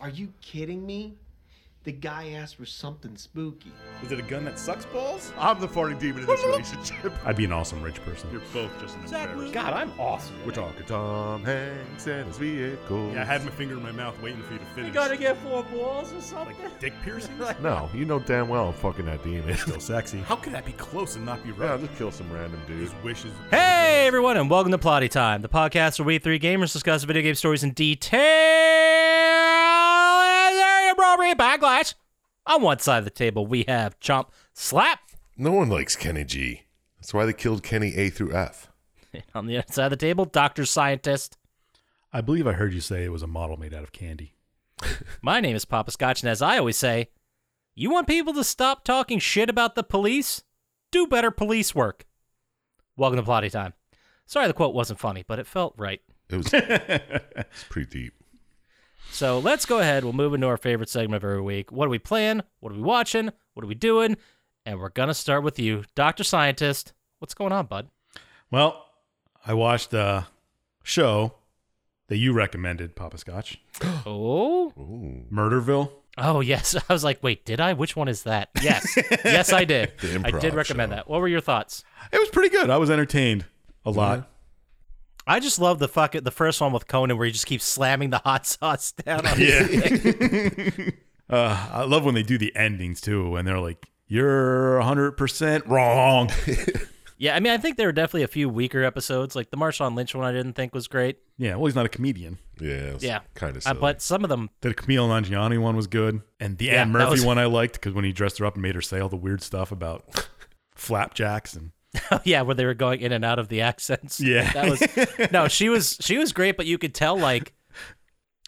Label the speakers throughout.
Speaker 1: Are you kidding me? The guy asked for something spooky.
Speaker 2: Is it a gun that sucks balls?
Speaker 3: I'm the farting demon in this relationship.
Speaker 4: I'd be an awesome rich person.
Speaker 5: You're both just an embarrassment.
Speaker 2: God, I'm awesome.
Speaker 3: We're talking Tom Hanks and his vehicle.
Speaker 5: Yeah, I had my finger in my mouth waiting for you to finish.
Speaker 2: get four balls or something.
Speaker 5: like dick piercings?
Speaker 3: No, you know damn well I'm fucking that demon.
Speaker 4: Still sexy.
Speaker 5: How could that be close and not be
Speaker 3: yeah, I'll
Speaker 5: right?
Speaker 3: just kill some random dude.
Speaker 5: His wishes.
Speaker 4: Hey everyone, and welcome to Plotty Time, the podcast where we three gamers discuss video game stories in detail and their appropriate backlash. On one side of the table, we have Chomp Slap.
Speaker 3: No one likes Kenny G. That's why they killed Kenny A through F.
Speaker 4: And on the other side of the table, Doctor Scientist.
Speaker 6: I believe I heard you say it was a model made out of candy.
Speaker 4: My name is Papa Scotch, and as I always say, you want people to stop talking shit about the police? Do better police work. Welcome to Plotty Time. Sorry the quote wasn't funny, but it felt right.
Speaker 3: It was it's pretty deep.
Speaker 4: So let's go ahead. We'll move into our favorite segment of every week. What are we playing? What are we watching? What are we doing? And we're gonna start with you, Doctor Scientist. What's going on, bud?
Speaker 6: Well, I watched a show that you recommended, Papa Scotch,
Speaker 4: Oh,
Speaker 3: Ooh.
Speaker 6: Murderville.
Speaker 4: oh yes. I was like, wait, did I? Which one is that? Yes, yes, I did.
Speaker 3: The
Speaker 4: I
Speaker 3: improv
Speaker 4: did recommend
Speaker 3: show.
Speaker 4: that. What were your thoughts?
Speaker 6: It was pretty good. I was entertained a lot.
Speaker 4: I just love the fuck the first one with Conan where he just keeps slamming the hot sauce down. On yeah.
Speaker 6: Uh, I love when they do the endings too, and they're like, "You're 100 percent wrong."
Speaker 4: yeah. I mean, I think there were definitely a few weaker episodes. Like the Marshawn Lynch one, I didn't think was great.
Speaker 6: yeah, well, he's not a comedian.
Speaker 3: Yeah.
Speaker 4: Yeah,
Speaker 3: Kind of
Speaker 4: Uh,
Speaker 3: silly.
Speaker 4: but some of them,
Speaker 6: The Camille Nangiani one was good, and the
Speaker 4: Yeah,
Speaker 6: Anne
Speaker 4: that
Speaker 6: Murphy
Speaker 4: was-
Speaker 6: one I liked because when he dressed her up and made her say all the weird stuff about flapjacks and
Speaker 4: yeah, where they were going in and out of the accents.
Speaker 6: yeah,
Speaker 4: That was no, she was she was great, but you could tell like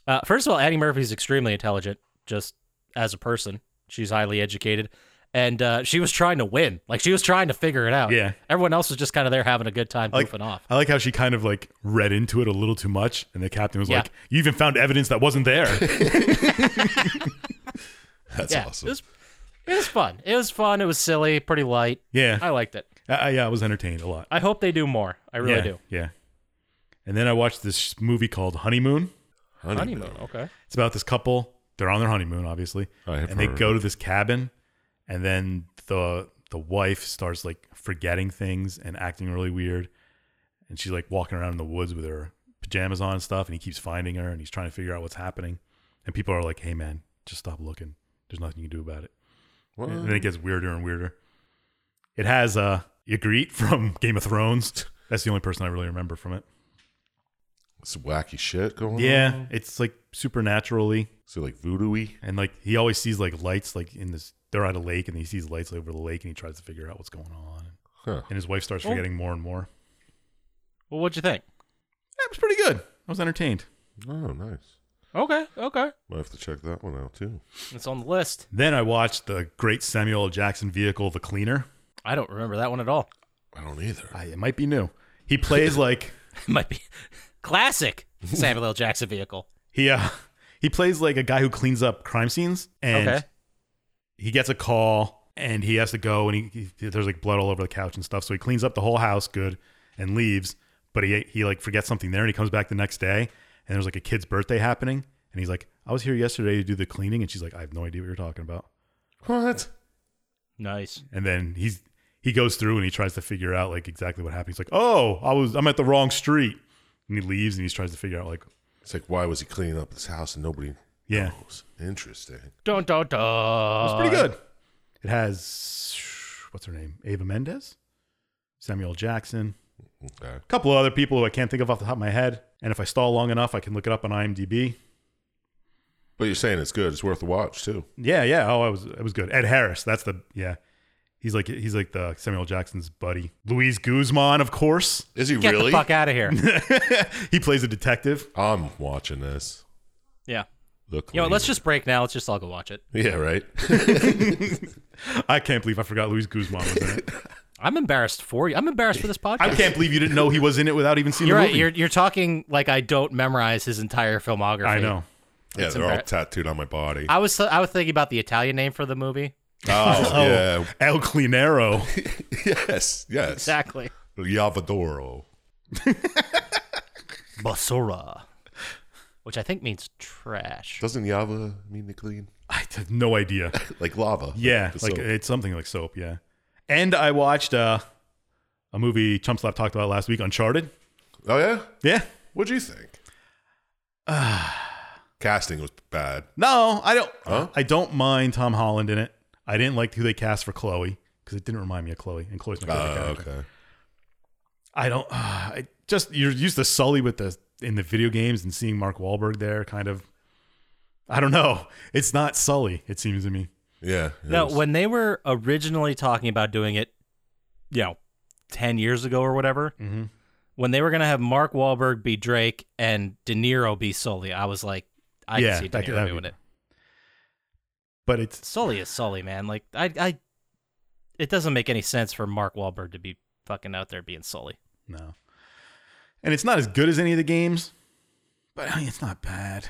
Speaker 4: uh, first of all, Annie Murphy's extremely intelligent, just as a person. She's highly educated, and uh, she was trying to win. Like she was trying to figure it out.
Speaker 6: Yeah.
Speaker 4: everyone else was just kind of there having a good time,
Speaker 6: like-
Speaker 4: goofing off.
Speaker 6: I like how she kind of like read into it a little too much, and the captain was
Speaker 4: Yeah.
Speaker 6: like, "You even found evidence that wasn't there."
Speaker 3: That's
Speaker 4: yeah,
Speaker 3: awesome.
Speaker 4: it was it was fun. It was fun. It was silly, pretty light. I
Speaker 6: yeah,
Speaker 4: liked it.
Speaker 6: I, I, yeah, I was entertained a lot.
Speaker 4: I hope they do more. I really
Speaker 6: yeah,
Speaker 4: do.
Speaker 6: Yeah. And then I watched this movie called Honeymoon.
Speaker 3: Honeymoon.
Speaker 4: Honeymoon, okay.
Speaker 6: It's about this couple. They're on their honeymoon, obviously,
Speaker 3: I have
Speaker 6: and they
Speaker 3: Oh, heard.
Speaker 6: go to this cabin, and then the the wife starts like forgetting things and acting really weird, and she's like walking around in the woods with her pajamas on and stuff, and he keeps finding her, and he's trying to figure out what's happening, and people are like, "Hey, man, just stop looking. There's nothing you can do about it."
Speaker 3: What?
Speaker 6: And then it gets weirder and weirder. It has uh, Ygritte from Game of Thrones. That's the only person I really remember from it.
Speaker 3: Some wacky shit going on.
Speaker 6: Yeah, it's like supernaturally
Speaker 3: So like voodoo
Speaker 6: and like he always sees like lights like in this they're at a lake and he sees lights over the lake and he tries to figure out what's going on
Speaker 3: Huh.
Speaker 6: and his wife starts forgetting more and more
Speaker 4: Well, what'd you think?
Speaker 6: it was pretty good i was entertained
Speaker 3: Oh, nice.
Speaker 4: Okay, okay.
Speaker 3: Might have to check that one out too.
Speaker 4: It's on the list.
Speaker 6: then i watched the great samuel L. jackson vehicle the cleaner
Speaker 4: I don't remember that one at all.
Speaker 3: I don't either.
Speaker 6: I, it might be new he plays like
Speaker 4: might be classic Samuel L. Jackson vehicle.
Speaker 6: he uh, he plays like a guy who cleans up crime scenes and
Speaker 4: Okay.
Speaker 6: he gets a call and he has to go and he, he there's like blood all over the couch and stuff so he cleans up the whole house good and leaves but he he like forgets something there and he comes back the next day and there's like a kid's birthday happening and he's like i was here yesterday to do the cleaning and she's like i have no idea what you're talking about
Speaker 3: What?
Speaker 4: Nice.
Speaker 6: and then he's he goes through and he tries to figure out like exactly what happened he's like oh i was i'm at the wrong street and he leaves and he tries to figure out like
Speaker 3: It's like why was he cleaning up his house and nobody
Speaker 6: yeah
Speaker 3: knows? Interesting.
Speaker 4: Dun dun dun.
Speaker 6: It's pretty good. It has what's her name? Ava Mendez, Samuel Jackson,
Speaker 3: Okay.
Speaker 6: a couple of other people who I can't think of off the top of my head. And if I stall long enough, I can look it up on IMDb.
Speaker 3: But you're saying it's good. It's worth a watch too.
Speaker 6: Yeah, yeah. Oh, I was it was good. Ed Harris. That's the yeah. He's like he's like the Samuel Jackson's buddy. Luis Guzman, of course.
Speaker 3: Is he
Speaker 4: Get
Speaker 3: really?
Speaker 4: the fuck out of here.
Speaker 6: he plays a detective.
Speaker 3: I'm watching this.
Speaker 4: yeah.
Speaker 3: Look.
Speaker 4: You know, let's just break now. Let's just all go watch it.
Speaker 3: Yeah. Right.
Speaker 6: I can't believe I forgot Luis Guzman was in it.
Speaker 4: I'm embarrassed for you. I'm embarrassed for this podcast.
Speaker 6: I can't believe you didn't know he was in it without even seeing
Speaker 4: You're
Speaker 6: the
Speaker 4: right.
Speaker 6: movie.
Speaker 4: You're you're talking like I don't memorize his entire filmography.
Speaker 6: I know.
Speaker 3: yeah. They're all
Speaker 4: embar-
Speaker 3: tattooed on my body.
Speaker 4: I was I was thinking about the Italian name for the movie.
Speaker 3: oh, yeah.
Speaker 6: El Clinero.
Speaker 3: Yes. Yes.
Speaker 4: Exactly.
Speaker 3: Yavadoro.
Speaker 4: Basura. which I think means trash.
Speaker 3: Doesn't lava mean to clean?
Speaker 6: I have no idea.
Speaker 3: Like lava.
Speaker 6: Yeah,
Speaker 3: the
Speaker 6: like
Speaker 3: soap.
Speaker 6: it's something like soap. Yeah, and I watched uh, a movie Chumpslap talked about last week, Uncharted.
Speaker 4: uh,
Speaker 3: oh yeah.
Speaker 6: Yeah,
Speaker 3: What'd you think? Casting was bad.
Speaker 6: no, I don't.
Speaker 3: Huh?
Speaker 6: I don't mind Tom Holland in it. I didn't like who they cast for Chloe because it didn't remind me of Chloe, and Chloe's my favorite
Speaker 3: Uh,
Speaker 6: character.
Speaker 3: okay.
Speaker 6: I don't. Uh, I just you're used to Sully with the in the video games and seeing Mark Wahlberg there, kind of. I don't know. It's not Sully. It seems to me.
Speaker 3: Yeah. it
Speaker 4: No,
Speaker 3: was-
Speaker 4: when they were originally talking about doing it, you know, 10 years ago or whatever,
Speaker 6: Mhm.
Speaker 4: when they were going to have Mark Wahlberg be Drake and De Niro be Sully, I was like, I
Speaker 6: Yeah,
Speaker 4: can see De
Speaker 6: that could-
Speaker 4: Niro
Speaker 6: that'd be-
Speaker 4: doing it.
Speaker 6: But it's
Speaker 4: Sully is Sully, man. Like, I, I, it doesn't make any sense for Mark Wahlberg to be fucking out there being Sully.
Speaker 6: no, and it's not as good as any of the games. But I mean, it's not bad.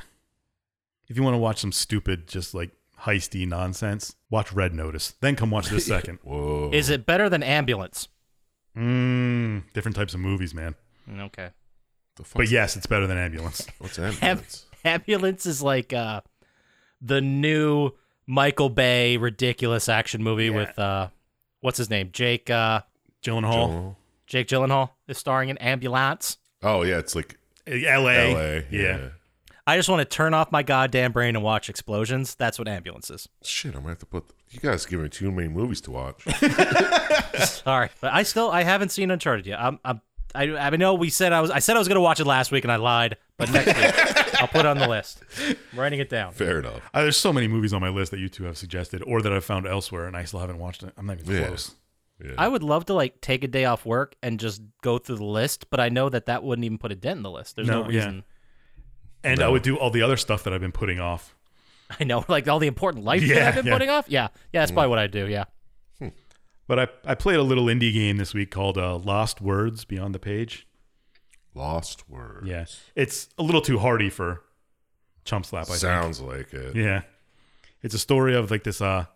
Speaker 6: If you want to watch some stupid, just like heisty nonsense, watch Red Notice. Then come watch this second.
Speaker 3: Whoa.
Speaker 4: Is it better than Ambulance?
Speaker 6: Mm, different types of movies, man.
Speaker 4: Okay.
Speaker 3: The fuck's-
Speaker 6: But yes, it's better than Ambulance.
Speaker 3: What's that?
Speaker 4: Am- Ambulance is like uh, the new Michael Bay ridiculous action movie with, uh, what's his name? Jake, uh,
Speaker 6: Gyllenhaal,
Speaker 4: Jake Gyllenhaal is starring in Ambulance.
Speaker 3: Oh yeah, it's like
Speaker 6: L.A.
Speaker 3: L.A.
Speaker 6: yeah.
Speaker 4: I just want to turn off my goddamn brain and watch explosions. That's what Ambulance is.
Speaker 3: Shit, I'm gonna have to put. You guys give me too many movies to watch.
Speaker 4: Sorry, but I still I haven't seen Uncharted yet. I'm, I'm I I know we said I was I said I was gonna watch it last week and I lied, but next week I'll put it on the list. I'm writing it down.
Speaker 3: Fair enough.
Speaker 6: Uh, there's so many movies on my list that you two have suggested or that I've found elsewhere and I still haven't watched it. I'm not even
Speaker 3: Yeah.
Speaker 6: close.
Speaker 3: Yeah.
Speaker 4: I would love to like take a day off work and just go through the list, but I know that that wouldn't even put a dent in the list. There's no,
Speaker 6: No, yeah.
Speaker 4: reason.
Speaker 6: And I would do all the other stuff that I've been putting off.
Speaker 4: I know, like all the important life that
Speaker 6: Yeah,
Speaker 4: I've been
Speaker 6: yeah.
Speaker 4: putting off. Yeah, yeah, that's probably what I do. Yeah,
Speaker 6: But I, I played a little indie game this week called uh, Lost Words Beyond the Page.
Speaker 3: Lost Word.
Speaker 6: Yeah. It's a little too hardy for Chump Slap, I think.
Speaker 3: Sounds like it.
Speaker 6: Yeah. It's a story of like this uh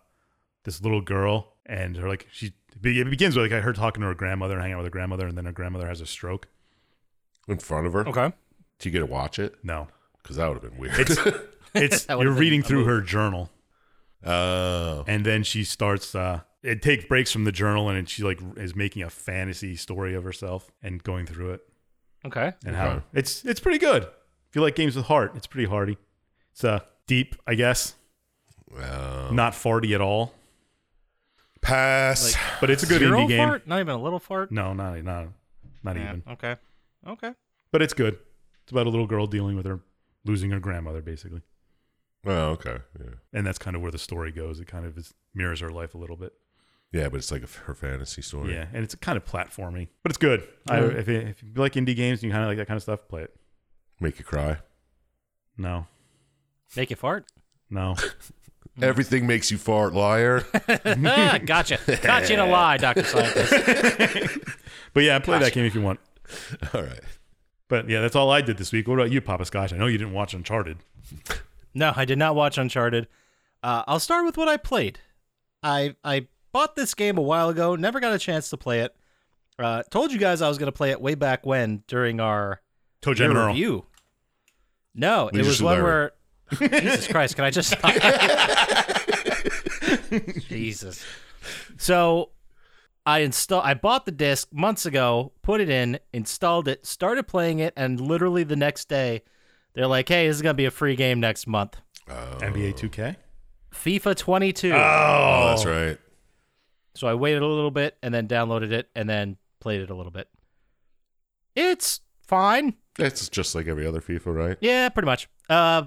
Speaker 6: this little girl and her like she it begins with like her talking to her grandmother and hanging out with her grandmother and then her grandmother has a stroke.
Speaker 3: In front of her.
Speaker 4: okay.
Speaker 3: Do you get to watch it?
Speaker 6: No.
Speaker 3: Because that would have been weird.
Speaker 6: It's
Speaker 4: That
Speaker 6: you're
Speaker 4: would've been
Speaker 6: reading
Speaker 4: a
Speaker 6: through her journal
Speaker 3: Oh.
Speaker 6: and then she starts uh it takes breaks from the journal and she like is making a fantasy story of herself and going through it
Speaker 4: Okay.
Speaker 6: and
Speaker 3: Okay.
Speaker 6: how it's it's pretty good if you like games with heart it's pretty hardy it's uh deep i guess
Speaker 4: Oh.
Speaker 3: Uh,
Speaker 6: not farty at all
Speaker 3: pass.
Speaker 6: but it's a good
Speaker 4: Zero
Speaker 6: indie game
Speaker 4: fart? Not even a little fart.
Speaker 6: no not not not
Speaker 4: Yeah,
Speaker 6: even
Speaker 4: Okay. Okay.
Speaker 6: but it's good it's about a little girl dealing with her losing her grandmother basically
Speaker 3: oh, okay. Yeah.
Speaker 6: and that's kind of where the story goes it kind of is, mirrors her life a little bit
Speaker 3: Yeah, but it's like a, her fantasy story.
Speaker 6: yeah and it's kind of platforming but it's good I, if, you, if you like indie games and you kind of like that kind of stuff play it
Speaker 3: Make you cry.
Speaker 6: no
Speaker 4: Make you fart.
Speaker 6: No.
Speaker 3: Everything makes you fart, liar.
Speaker 4: Ah, gotcha. Gotcha in a lie, Dr. Scientist.
Speaker 6: But yeah, play that game if you want.
Speaker 3: All right.
Speaker 6: But yeah, that's all I did this week. What about you, Papa Scotch? I know you didn't watch Uncharted.
Speaker 4: No, I did not watch Uncharted. Uh, I'll start with what I played. I I bought this game a while ago, never got a chance to play it. Uh, told you guys I was going to play it way back when during our
Speaker 6: Toe Jam
Speaker 4: year
Speaker 6: and Earl.
Speaker 4: review. No, it
Speaker 3: Leadership
Speaker 4: was one
Speaker 3: Larry.
Speaker 4: where. Jesus Christ, can I just. Jesus. So I install I bought the disc months ago, put it in, installed it, started playing it, and literally the next day they're like, "Hey, this is going to be a free game next month."
Speaker 3: Oh,
Speaker 6: NBA 2K?
Speaker 4: FIFA 22.
Speaker 6: Ah.
Speaker 3: oh, that's right.
Speaker 4: so I waited a little bit and then downloaded it and then played it a little bit. It's fine.
Speaker 3: It's just like every other FIFA, right?
Speaker 4: Yeah, pretty much. Uh,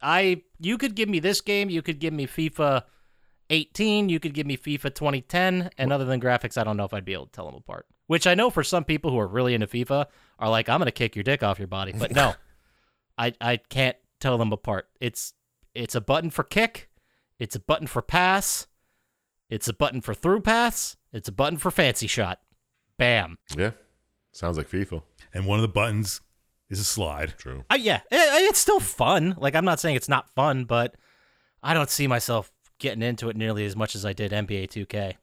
Speaker 4: I you could give me this game, you could give me FIFA 18, you could give me FIFA 2010, and other than graphics, I don't know if I'd be able to tell them apart. Which I know for some people who are really into FIFA are like, I'm gonna kick your dick off your body, but no, I I can't tell them apart. It's it's a button for kick, it's a button for pass, it's a button for through pass, it's a button for fancy shot. Bam.
Speaker 3: Yeah. Sounds like FIFA.
Speaker 6: And one of the buttons is a slide.
Speaker 3: True.
Speaker 4: I, yeah, i- i- it's still fun. Like I'm not saying it's not fun, but I don't see myself getting into it nearly as much as I did NBA 2K.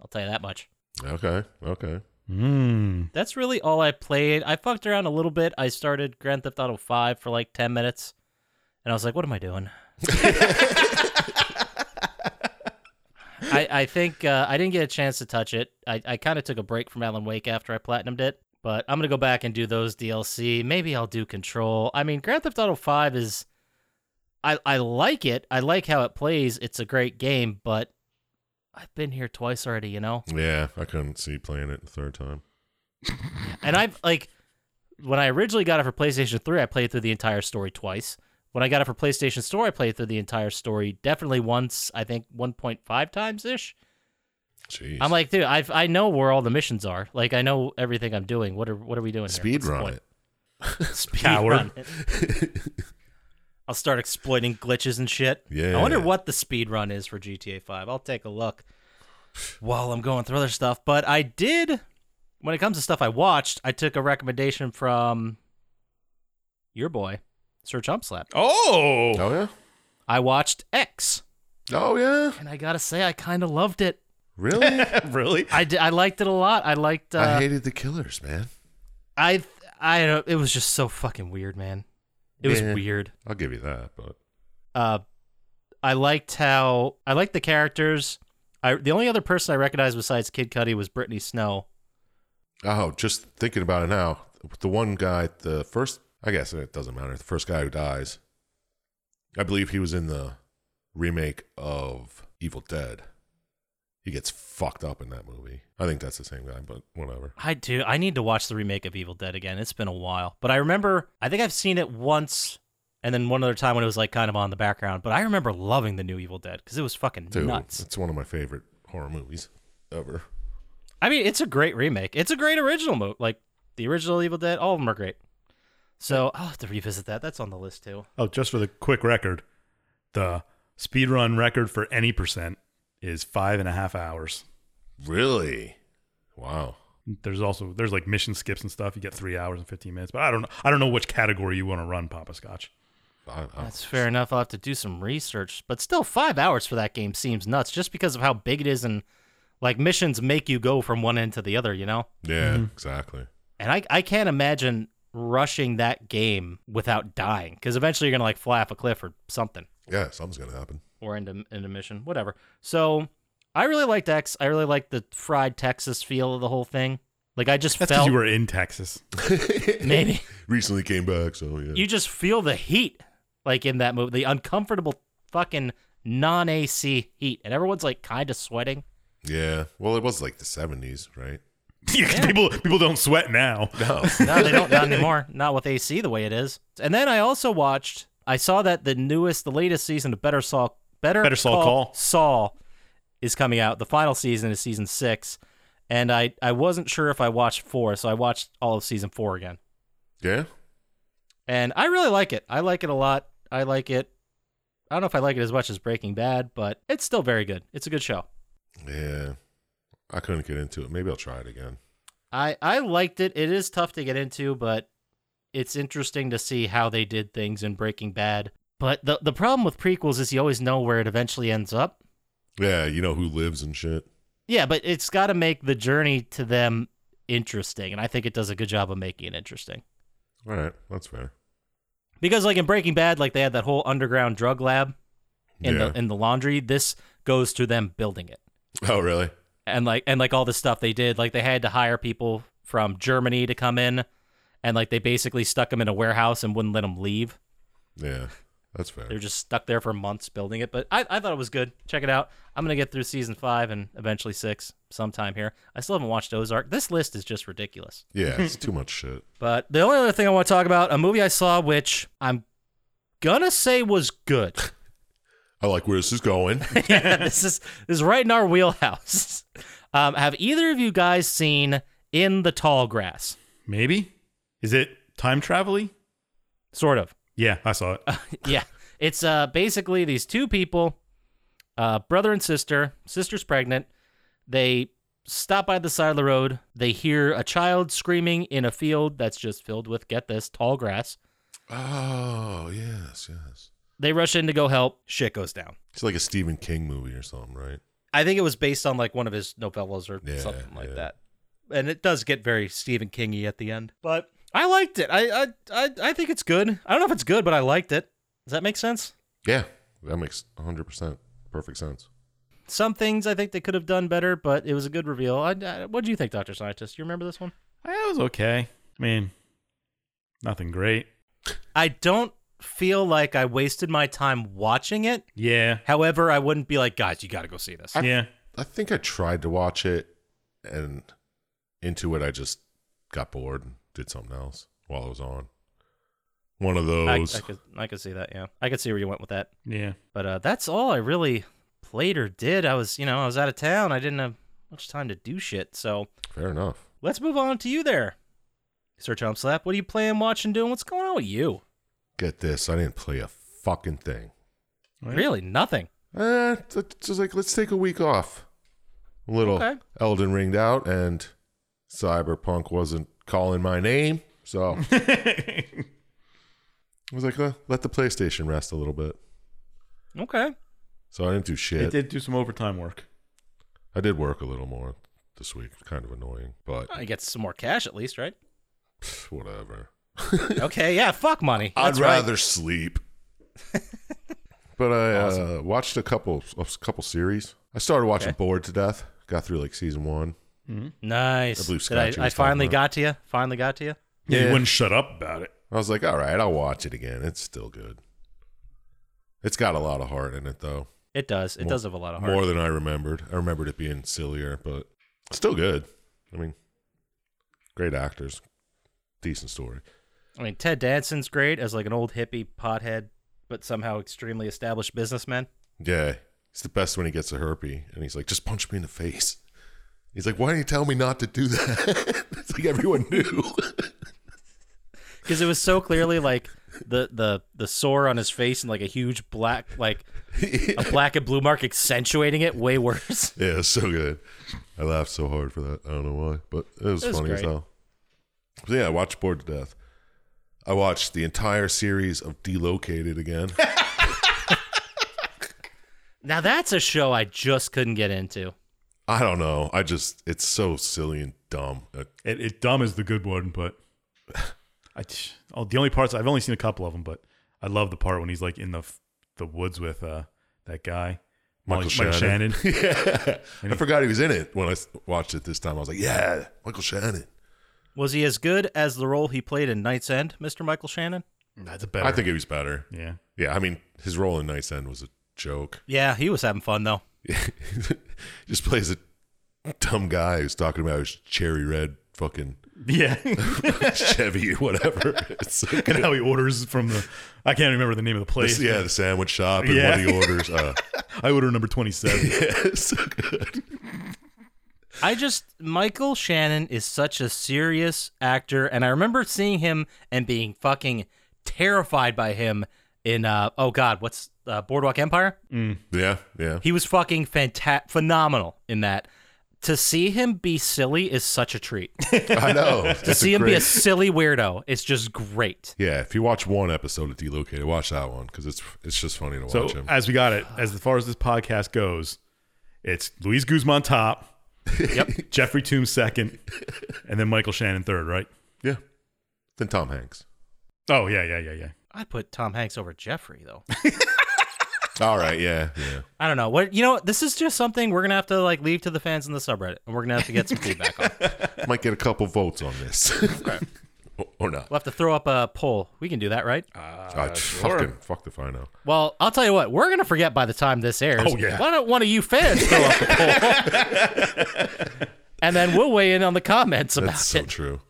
Speaker 4: I'll tell you that much.
Speaker 3: Okay. Okay. Hmm.
Speaker 6: Mm.
Speaker 4: That's really all I played. I fucked around a little bit. I started Grand Theft Auto 5 for like 10 minutes. And I was like, what am I doing? I, I think uh, I didn't get a chance to touch it. I, I kind of took a break from Alan Wake after I platinumed it, but I'm going to go back and do those DLC. Maybe I'll do Control. I mean, Grand Theft Auto 5 is. I, I like it. I like how it plays. It's a great game, but I've been here twice already, you know?
Speaker 3: Yeah, I couldn't see playing it the third time.
Speaker 4: And I've like when I originally got it for PlayStation 3, I played through the entire story twice. When I got it for PlayStation Store, I played through the entire story definitely once, I think 1.5 times ish.
Speaker 3: Jeez.
Speaker 4: I'm like, dude, I I know where all the missions are. Like I know everything I'm doing. What are what are we doing? here?
Speaker 3: speed
Speaker 4: What's the
Speaker 3: run
Speaker 4: point?
Speaker 3: it.
Speaker 4: Speed
Speaker 6: Coward.
Speaker 4: run it. I'll start exploiting glitches and shit. I wonder
Speaker 3: Yeah.
Speaker 4: what the speed run is for GTA 5. I'll take a look while I'm going through other stuff. But I did, when it comes to stuff I watched, I took a recommendation from your boy, Sir Chumpslap.
Speaker 5: Oh!
Speaker 3: Oh yeah.
Speaker 4: I watched X,
Speaker 3: Oh yeah.
Speaker 4: and I gotta say, I kind of loved it.
Speaker 3: Really?
Speaker 5: really?
Speaker 4: I, d- I liked it a lot. I liked. Uh,
Speaker 3: I hated the killers, man.
Speaker 4: I I don't. It was just so fucking weird, man. It was
Speaker 3: Yeah.
Speaker 4: weird.
Speaker 3: I'll give you that, but
Speaker 4: Uh, I liked how I liked the characters. I the only other person I recognized besides Kid Cudi was Brittany Snow.
Speaker 3: oh, just thinking about it now, the one guy, the first, I guess it doesn't matter. The first guy who dies, I believe he was in the remake of Evil Dead. He gets fucked up in that movie. I think that's the same guy, but whatever.
Speaker 4: I do. I need to watch the remake of Evil Dead again. It's been a while, but I remember. I think I've seen it once, and then one other time when it was like kind of on the background. But I remember loving the new Evil Dead because it was fucking
Speaker 3: Dude,
Speaker 4: nuts.
Speaker 3: it's one of my favorite horror movies ever.
Speaker 4: I mean, it's a great remake. It's a great original movie. Like the original Evil Dead, all of them are great. So I'll have to revisit that. That's on the list too.
Speaker 6: Oh, just for the quick record, the speed run record for any percent is five and a half hours.
Speaker 3: Really? Wow.
Speaker 6: There's also there's like mission skips and stuff. You get three hours and fifteen minutes, but I don't know. I don't know which category you want to run, Papa Scotch.
Speaker 3: I,
Speaker 6: Oh,
Speaker 3: I-
Speaker 4: That's fair enough. I'll have to do some research, but still, five hours for that game seems nuts, just because of how big it is and like missions make you go from one end to the other, you know.
Speaker 3: Yeah, exactly.
Speaker 4: And I I can't imagine rushing that game without dying, because eventually you're gonna like fly off a cliff or something,
Speaker 3: Yeah, something's gonna happen.
Speaker 4: or into into mission, whatever. So I really liked X. I really liked the fried Texas feel of the whole thing. Like I just
Speaker 6: That's because
Speaker 4: felt
Speaker 6: you were in Texas.
Speaker 4: maybe
Speaker 3: Recently came back, so yeah.
Speaker 4: you just feel the heat like in that movie, the uncomfortable fucking non AC heat, and everyone's like kind of sweating.
Speaker 3: yeah. Well, it was like the seventies, right?
Speaker 6: yeah. People people don't sweat now.
Speaker 3: No.
Speaker 4: No, they don't. Not anymore. Not with AC the way it is. And then I also watched. I saw that the newest, the latest season of Better Saul, Better,
Speaker 6: Better Saul Call.
Speaker 4: Saul, is coming out. The final season is season six, and I I wasn't sure if I watched four, so I watched all of season four again,
Speaker 3: yeah.
Speaker 4: and I really like it. I like it a lot. I like it. I don't know if I like it as much as Breaking Bad, but it's still very good. It's a good show.
Speaker 3: Yeah. I couldn't get into it. Maybe I'll try it again.
Speaker 4: I I liked it. It is tough to get into, but it's interesting to see how they did things in Breaking Bad. But the the problem with prequels is you always know where it eventually ends up.
Speaker 3: Yeah, you know who lives and shit.
Speaker 4: Yeah, but it's got to make the journey to them interesting, and I think it does a good job of making it interesting.
Speaker 3: All right, that's fair.
Speaker 4: Because like in Breaking Bad, like they had that whole underground drug lab in
Speaker 3: yeah.
Speaker 4: the in the laundry. This goes to them building it.
Speaker 3: oh, really?
Speaker 4: and like and like all the stuff they did like they had to hire people from germany to come in and like they basically stuck them in a warehouse and wouldn't let them leave
Speaker 3: Yeah, that's fair.
Speaker 4: they were just stuck there for months building it but I, I thought it was good check it out i'm gonna get through season five and eventually six sometime here i still haven't watched ozark this list is just ridiculous
Speaker 3: Yeah, it's too much shit.
Speaker 4: but the only other thing i want to talk about a movie i saw which i'm gonna say was good
Speaker 3: I like where this is going.
Speaker 4: yeah, this is this is right in our wheelhouse um, have either of you guys seen in the tall grass
Speaker 6: Maybe is it time travel-y?
Speaker 4: sort of
Speaker 6: Yeah, I saw it.
Speaker 4: yeah. It's uh basically these two people, uh brother and sister, sister's pregnant. They stop by the side of the road. They hear a child screaming in a field that's just filled with get this tall grass.
Speaker 3: oh, yes, yes.
Speaker 4: They rush in to go help. Shit goes down.
Speaker 3: It's like a Stephen King movie or something, right?
Speaker 4: I think it was based on like one of his novellas or
Speaker 3: Yeah,
Speaker 4: something like
Speaker 3: yeah.
Speaker 4: that. And it does get very Stephen Kingy at the end. But I liked it. I I I, I think it's good. I don't know if it's good, but I liked it. Does that make sense?
Speaker 3: Yeah, that makes 100% perfect sense.
Speaker 4: Some things I think they could have done better, but it was a good reveal. I, I, what do you think, Doctor Scientist? You remember this one?
Speaker 6: It was okay. I mean, nothing great.
Speaker 4: I don't feel like I wasted my time watching it.
Speaker 6: Yeah.
Speaker 4: However, I wouldn't be like, guys, you got to go see this.
Speaker 6: yeah.
Speaker 3: I think I tried to watch it and into it, I just got bored and did something else while I was on. One of
Speaker 4: I, I
Speaker 3: those.
Speaker 4: could, I could see that. Yeah, I could see where you went with that.
Speaker 6: Yeah.
Speaker 4: But uh, that's all I really played or did. I was, you know, I was out of town. I didn't have much time to do shit. So
Speaker 3: Fair enough.
Speaker 4: let's move on to you there, Sir Tom Slap. What are you playing, watching, doing? What's going on with you?
Speaker 3: Get this. I didn't play a fucking thing.
Speaker 6: Right.
Speaker 4: Really, nothing.
Speaker 3: Eh, it's just like, let's take a week off. A little
Speaker 4: Okay.
Speaker 3: Elden Ringed out, and Cyberpunk wasn't calling my name. So I was like, uh, let the PlayStation rest a little bit.
Speaker 4: Okay.
Speaker 3: So I didn't do shit.
Speaker 6: It did do some overtime work.
Speaker 3: I did work a little more this week. Kind of annoying, but
Speaker 4: I get some more cash at least, right?
Speaker 3: pff, whatever.
Speaker 4: Okay, yeah, fuck money.
Speaker 3: I'd
Speaker 4: That's right.
Speaker 3: rather sleep. but I uh, watched a couple a couple series. I started watching Bored to Death. Got through like season one.
Speaker 6: Mm-hmm.
Speaker 4: Nice.
Speaker 3: I believe
Speaker 4: Did
Speaker 3: Scott, you was
Speaker 4: I, I
Speaker 3: talking
Speaker 4: finally
Speaker 3: about.
Speaker 4: got to you. Finally got to you.
Speaker 6: Yeah. You wouldn't shut up about it.
Speaker 3: I was like, all right, I'll watch it again. It's still good. It's got a lot of heart in it, though.
Speaker 4: It does. It does have a lot of heart.
Speaker 3: More than I remembered. I remembered it being sillier, but still good. I mean, great actors, decent story.
Speaker 4: I mean, Ted Danson's great as like an old hippie pothead, but somehow extremely established businessman.
Speaker 3: Yeah, he's the best when he gets a herpy, and he's like, just punch me in the face. He's like, why didn't you tell me not to do that? it's like everyone knew.
Speaker 4: because it was so clearly like the the the sore on his face and like a huge black like a black and blue mark accentuating it way worse.
Speaker 3: yeah, it's so good. I laughed so hard for that. I don't know why, but it was,
Speaker 4: It was
Speaker 3: funny as
Speaker 4: great.
Speaker 3: hell. But yeah, I watched Bored to Death. I watched the entire series of Delocated again.
Speaker 4: Now that's a show I just couldn't get into.
Speaker 3: I don't know. I just, it's so silly and dumb. Uh,
Speaker 6: It, it dumb is the good one, but I t- oh, the only parts I've only seen a couple of them, but I love the part when he's like in the f- the woods with uh that guy
Speaker 3: Michael
Speaker 6: Mike-
Speaker 3: Shannon.
Speaker 6: Mike Shannon.
Speaker 3: yeah. I forgot he was in it when I s- watched it this time. I was like, yeah, Michael Shannon.
Speaker 4: Was he as good as the role he played in Night's End, Mr. Michael Shannon?
Speaker 6: That's a better.
Speaker 3: I think he was better.
Speaker 6: Yeah.
Speaker 3: Yeah, I mean, his role in Night's End was a joke.
Speaker 4: Yeah, he was having fun though.
Speaker 3: just plays a dumb guy who's talking about his cherry red fucking
Speaker 6: Yeah.
Speaker 3: Chevy, whatever. It's so good.
Speaker 6: and how he orders from the I can't remember the name of the place.
Speaker 3: yeah, the sandwich shop and
Speaker 6: Yeah.
Speaker 3: what he orders. Uh,
Speaker 6: I order number twenty seven.
Speaker 3: yeah, it's so good.
Speaker 4: I just Michael Shannon is such a serious actor, and I remember seeing him and being fucking terrified by him in uh oh god, what's uh, Boardwalk Empire?
Speaker 3: Yeah, yeah.
Speaker 4: He was fucking fanta- phenomenal in that. To see him be silly is such a treat.
Speaker 3: I know.
Speaker 4: To see him be a silly weirdo is just great.
Speaker 3: yeah, if you watch one episode of Delocated, watch that one because it's it's just funny to watch
Speaker 6: So
Speaker 3: him.
Speaker 6: as we got it, as far as this podcast goes, it's Luis Guzman top, yep, Jeffrey Toombs second, and then Michael Shannon third, right?
Speaker 3: yeah. Then Tom Hanks.
Speaker 6: Oh yeah, yeah, yeah, yeah.
Speaker 4: I'd put Tom Hanks over Jeffrey though.
Speaker 3: All right, yeah, yeah.
Speaker 4: I don't know. What you know, this is just something we're gonna have to like leave to the fans in the subreddit and we're gonna have to get some feedback on. We'll
Speaker 3: Might get a couple votes on this, or, or not.
Speaker 4: have to throw up a poll. We can do that, right?
Speaker 3: I fucking fuck if I know.
Speaker 4: Well, I'll tell you what, we're gonna forget by the time this airs.
Speaker 6: Oh, yeah.
Speaker 4: Why don't one of you fans throw up a poll? and then we'll weigh in on the comments about
Speaker 3: That's so
Speaker 4: it.
Speaker 3: true.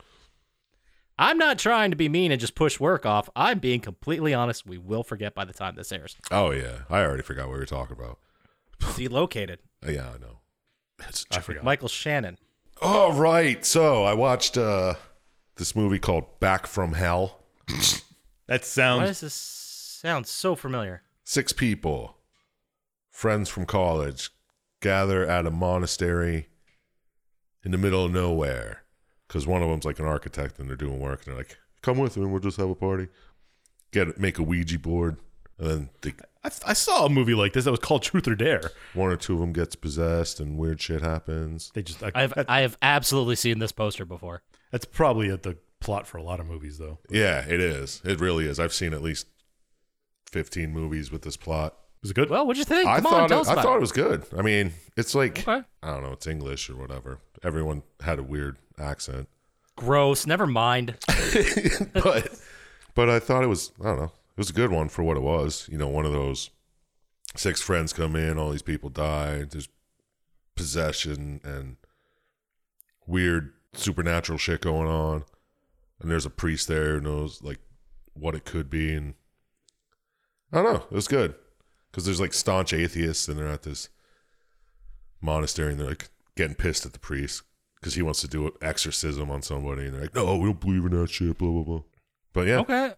Speaker 4: I'm not trying to be mean and just push work off. I'm being completely honest. We will forget by the time this airs.
Speaker 3: Oh yeah, I already forgot what we were talking about.
Speaker 4: Delocated.
Speaker 3: Uh, yeah, I know. That's
Speaker 6: I forgot.
Speaker 4: Michael Shannon.
Speaker 3: All right, so I watched uh, this movie called Back from Hell.
Speaker 6: That
Speaker 4: Why
Speaker 6: sounds
Speaker 4: does this sound so familiar?
Speaker 3: Six people, friends from college, gather at a monastery in the middle of nowhere because one of them's like an architect and they're doing work and they're like, "Come with me, we'll just have a party." Get make a Ouija board, and then they
Speaker 6: I, I saw a movie like this that was called Truth or Dare.
Speaker 3: one or two of them gets possessed and weird shit happens.
Speaker 6: They just I,
Speaker 4: I've
Speaker 6: that-
Speaker 4: I have absolutely seen this poster before.
Speaker 6: that's probably at the plot for a lot of movies though.
Speaker 3: Yeah, it is. It really is. I've seen at least 15 movies with this plot.
Speaker 6: Was it good?
Speaker 4: Well, what'd you think?
Speaker 3: I
Speaker 4: Come
Speaker 3: thought
Speaker 4: on, tell
Speaker 3: it,
Speaker 4: us
Speaker 3: I
Speaker 4: about
Speaker 3: thought
Speaker 4: it.
Speaker 3: it was good. I mean, it's like
Speaker 4: Okay.
Speaker 3: I don't know, it's English or whatever. Everyone had a weird accent,
Speaker 4: Gross. Never mind.
Speaker 3: but but I thought it was I don't know. It was a good one for what it was. You know, one of those six friends come in, all these people die. There's possession and weird supernatural shit going on, and there's a priest there who knows like what it could be, and I don't know. It was good because there's like staunch atheists, and they're at this monastery and they're like getting pissed at the priest because he wants to do an exorcism on somebody and they're like no we don't believe in that shit blah blah blah but yeah
Speaker 4: Okay.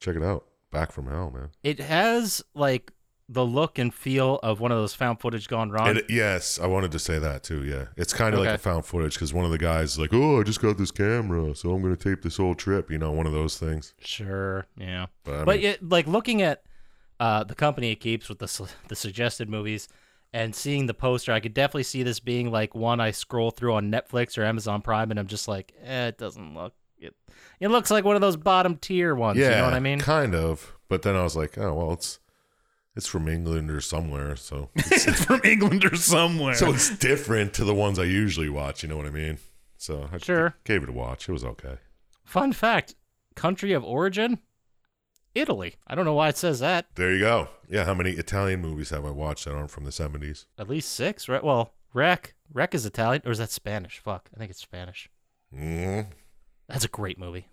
Speaker 3: check it out back from hell man
Speaker 4: It has like the look and feel of one of those found footage gone wrong.
Speaker 3: and yes i wanted to say that too yeah it's kind of like
Speaker 4: Okay.
Speaker 3: a found footage because one of the guys is like oh i just got this camera so i'm gonna tape this whole trip you know one of those things
Speaker 4: sure. Yeah.
Speaker 3: but, I
Speaker 4: but
Speaker 3: mean,
Speaker 4: it, like looking at uh, the company it keeps with the su- the suggested movies and seeing the poster, I could definitely see this being like one I scroll through on Netflix or Amazon Prime, and I'm just like, eh, it doesn't look. It, it looks like one of those bottom tier ones.
Speaker 3: yeah
Speaker 4: you know what I mean?
Speaker 3: kind of but then i was like oh well it's it's from england or somewhere so
Speaker 6: it's from England or somewhere.
Speaker 3: so it's different to the ones i usually watch you know what i mean so i
Speaker 4: Sure.
Speaker 3: gave it a watch it was okay
Speaker 4: Fun fact: country of origin, Italy. I don't know why it says that.
Speaker 3: There you go. Yeah, how many Italian movies have I watched that aren't from the seventies?
Speaker 4: At least six, right? Well, wreck, wreck is Italian, or is that Spanish? Fuck, I think it's Spanish.
Speaker 3: Mm-hmm.
Speaker 4: That's a great movie.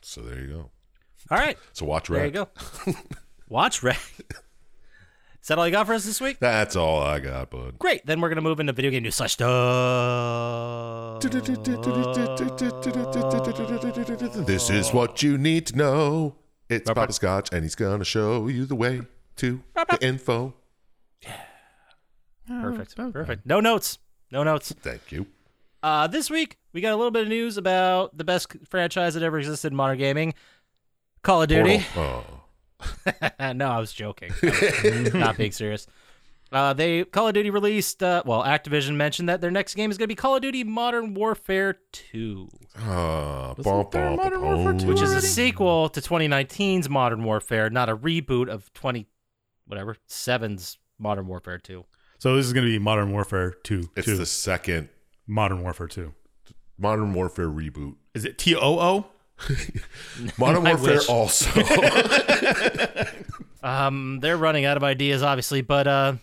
Speaker 3: So there you go.
Speaker 4: All right,
Speaker 3: So watch
Speaker 4: there you
Speaker 3: Wreck.
Speaker 4: go. Watch wreck. Is that all you got for us this week?
Speaker 3: That's all I got, bud.
Speaker 4: Great. Then we're gonna move into video game news slash stuff.
Speaker 3: This is what you need to know. It's
Speaker 4: Robert.
Speaker 3: Papa Scotch, and he's gonna show you the way to the info.
Speaker 4: Perfect. Perfect. No notes. No notes.
Speaker 3: Thank you.
Speaker 4: Uh, this week we got a little bit of news about the best franchise that ever existed in modern gaming, Call of Duty.
Speaker 3: Portal.
Speaker 4: no, I was joking. I was not being serious. Uh, they Call of Duty released. Uh, well, Activision mentioned that their next game is going to be Call of Duty Modern Warfare 2,
Speaker 3: Oh, oh, bum, bum, bum, bum.
Speaker 4: which is a sequel to 2019's Modern Warfare, not a reboot of 20, whatever, 7's Modern Warfare 2.
Speaker 6: So this is going to be Modern Warfare 2.
Speaker 3: It's
Speaker 6: two.
Speaker 3: the second
Speaker 6: Modern Warfare 2.
Speaker 3: Modern Warfare reboot.
Speaker 6: Is it T O O?
Speaker 3: Modern
Speaker 4: I
Speaker 3: Warfare
Speaker 4: wish.
Speaker 3: also.
Speaker 4: Um, they're running out of ideas, obviously, but uh,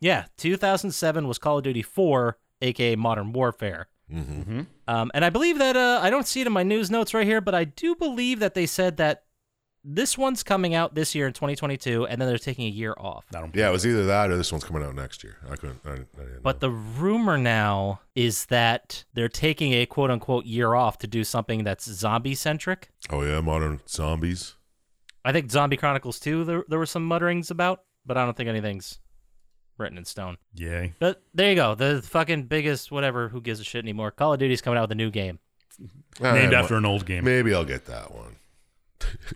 Speaker 4: yeah, 2007 was Call of Duty 4, aka Modern Warfare.
Speaker 3: Mhm.
Speaker 4: Um, and I believe that uh, I don't see it in my news notes right here, but I do believe that they said that this one's coming out this year in 2022, and then they're taking a year off.
Speaker 6: I don't.
Speaker 3: Yeah, it was either that or this one's coming out next year. I couldn't. I, didn't- I didn't know.
Speaker 4: But the rumor now is that they're taking a quote unquote year off to do something that's zombie centric.
Speaker 3: Oh yeah, modern zombies.
Speaker 4: I think Zombie Chronicles 2, there, there were some mutterings about, but I don't think anything's written in stone.
Speaker 6: Yay.
Speaker 4: But there you go. The fucking biggest whatever. Who gives a shit anymore? Call of Duty's coming out with a new game.
Speaker 6: Named
Speaker 3: Eh,
Speaker 6: after an old game.
Speaker 3: Maybe I'll get that one.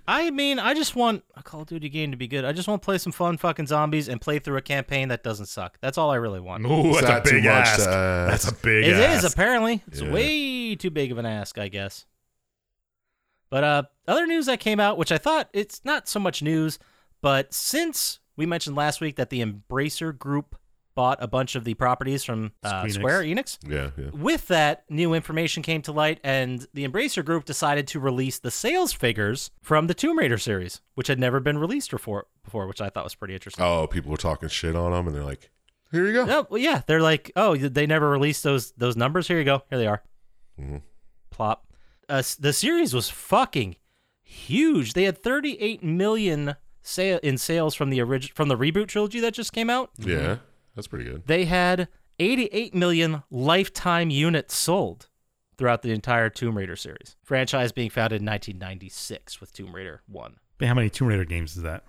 Speaker 4: I mean, I just want a Call of Duty game to be good. I just want to play some fun fucking zombies and play through a campaign that doesn't suck. That's all I really want.
Speaker 6: Ooh,
Speaker 3: Is
Speaker 6: that's
Speaker 3: that
Speaker 6: a
Speaker 3: too
Speaker 6: big
Speaker 3: much uh,
Speaker 6: ask.
Speaker 3: to
Speaker 6: That's a
Speaker 3: ask?
Speaker 6: big
Speaker 4: It is
Speaker 6: ask.
Speaker 4: apparently. It's
Speaker 3: Yeah.
Speaker 4: way too big of an ask, I guess. But uh, other news that came out, which I thought it's not so much news, but since we mentioned last week that the Embracer Group bought a bunch of the properties from uh,
Speaker 6: Squeenix.
Speaker 4: Square Enix,
Speaker 3: Yeah, yeah.
Speaker 4: With that, new information came to light, and the Embracer Group decided to release the sales figures from the Tomb Raider series, which had never been released before, before which I thought was pretty interesting.
Speaker 3: Oh, people were talking shit on them, and they're like, "Here you go."
Speaker 4: No, well, yeah, they're like, oh, they never released those those numbers. Here you go. Here they are.
Speaker 3: Mhm.
Speaker 4: Plop. Uh, s- the series was fucking huge. They had 38 million sa- in sales from the orig- from the reboot trilogy that just came out.
Speaker 3: Yeah, that's pretty good.
Speaker 4: they had 88 million lifetime units sold throughout the entire Tomb Raider series. Franchise being founded in 1996 with Tomb Raider 1.
Speaker 6: Man, How many Tomb Raider games is that?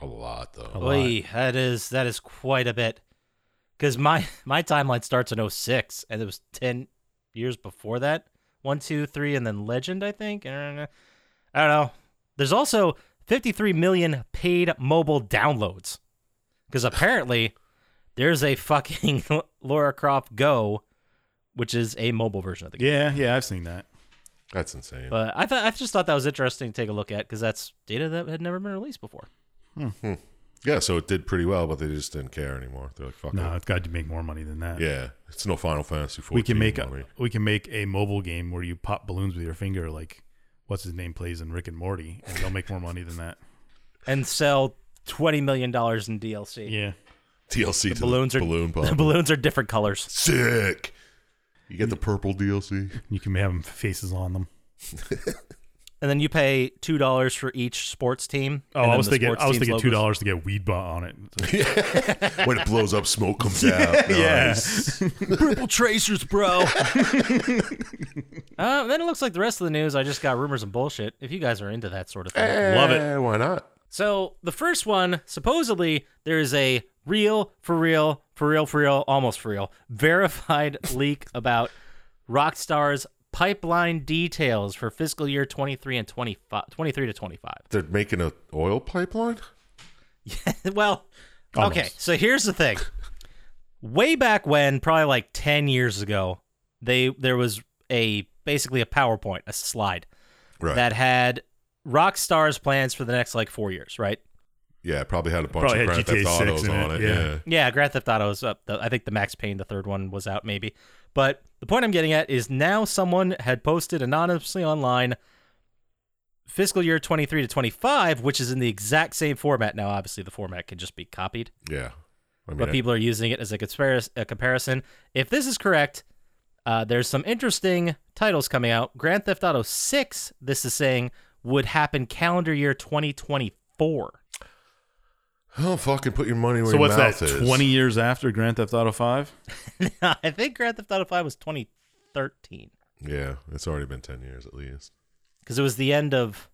Speaker 3: A lot though.
Speaker 6: A lot.
Speaker 4: Oy, that is that is quite a bit. Cuz my my timeline starts in 06 and it was 10 years before that. One, two, three, and then Legend, I think. I don't know. I don't know. There's also 53 million paid mobile downloads. Cuz apparently there's a fucking Laura Croft Go which is a mobile version of the game.
Speaker 6: Yeah, yeah, I've seen that.
Speaker 3: That's insane.
Speaker 4: But I thought I just thought that was interesting to take a look at because that's data that had never been released before.
Speaker 3: yeah, so it did pretty well, but they just didn't care anymore. They're like, fuck
Speaker 6: No,
Speaker 3: it.
Speaker 6: it's got to make more money than that.
Speaker 3: Yeah, it's no Final Fantasy 14.
Speaker 6: we can make
Speaker 3: money.
Speaker 6: a, we can make a mobile game where you pop balloons with your finger, like what's his name plays in Rick and Morty, and they'll make more money than that.
Speaker 4: And sell twenty million dollars in DLC.
Speaker 6: Yeah,
Speaker 3: DLC to
Speaker 4: Balloons
Speaker 3: the
Speaker 4: are
Speaker 3: balloon
Speaker 4: the
Speaker 3: pop.
Speaker 4: balloons are different colors.
Speaker 3: Sick. You get the purple DLC.
Speaker 6: you can have 'em faces on them.
Speaker 4: And then you pay two dollars for each sports team.
Speaker 6: Oh, I
Speaker 4: and then
Speaker 6: was
Speaker 4: the
Speaker 6: thinking
Speaker 4: sports
Speaker 6: I was
Speaker 4: team's
Speaker 6: thinking two
Speaker 4: logos.
Speaker 6: dollars to get weed bought on it.
Speaker 3: when it blows up, smoke comes out.
Speaker 6: Yeah.
Speaker 3: Nice.
Speaker 4: Purple tracers, bro. uh, then it looks like the rest of the news. I just got rumors and bullshit. If you guys are into that sort of thing,
Speaker 6: Love it.
Speaker 3: Eh, Why not?
Speaker 4: so the first one supposedly there is a real, for real, for real, for real, almost for real, verified leak about Rockstar's pipeline details for fiscal year 23 and 25, 23 to 25.
Speaker 3: They're making an oil pipeline?
Speaker 4: well, okay.
Speaker 6: Almost.
Speaker 4: So here's the thing. Way back when, probably like 10 years ago, they there was a basically a PowerPoint, a slide
Speaker 3: Right.
Speaker 4: that had Rockstar's plans for the next like 4 years, right?
Speaker 3: yeah, it probably had a bunch
Speaker 6: Probably
Speaker 3: of
Speaker 6: had
Speaker 3: Grand
Speaker 6: GTA
Speaker 3: Theft Autos
Speaker 6: 6 in
Speaker 3: on it.
Speaker 6: it,
Speaker 3: Yeah.
Speaker 6: yeah.
Speaker 4: Yeah, Grand Theft Auto is up. The, I think the Max Payne, the third one, was out maybe. But the point I'm getting at is now someone had posted anonymously online fiscal year 23 to 25, which is in the exact same format. Now, obviously, the format can just be copied.
Speaker 3: Yeah. I mean,
Speaker 4: but people are using it as a, conspirac- a comparison. If this is correct, uh, there's some interesting titles coming out. Grand Theft Auto 6, this is saying, would happen calendar year 2024.
Speaker 3: oh, fucking put your money where
Speaker 6: So
Speaker 3: your
Speaker 6: what's that?
Speaker 3: mouth is.
Speaker 6: Twenty years after Grand Theft Auto Five?
Speaker 4: I think Grand Theft Auto 5 was 2013
Speaker 3: Yeah, it's already been 10 years at least.
Speaker 4: because it was the end of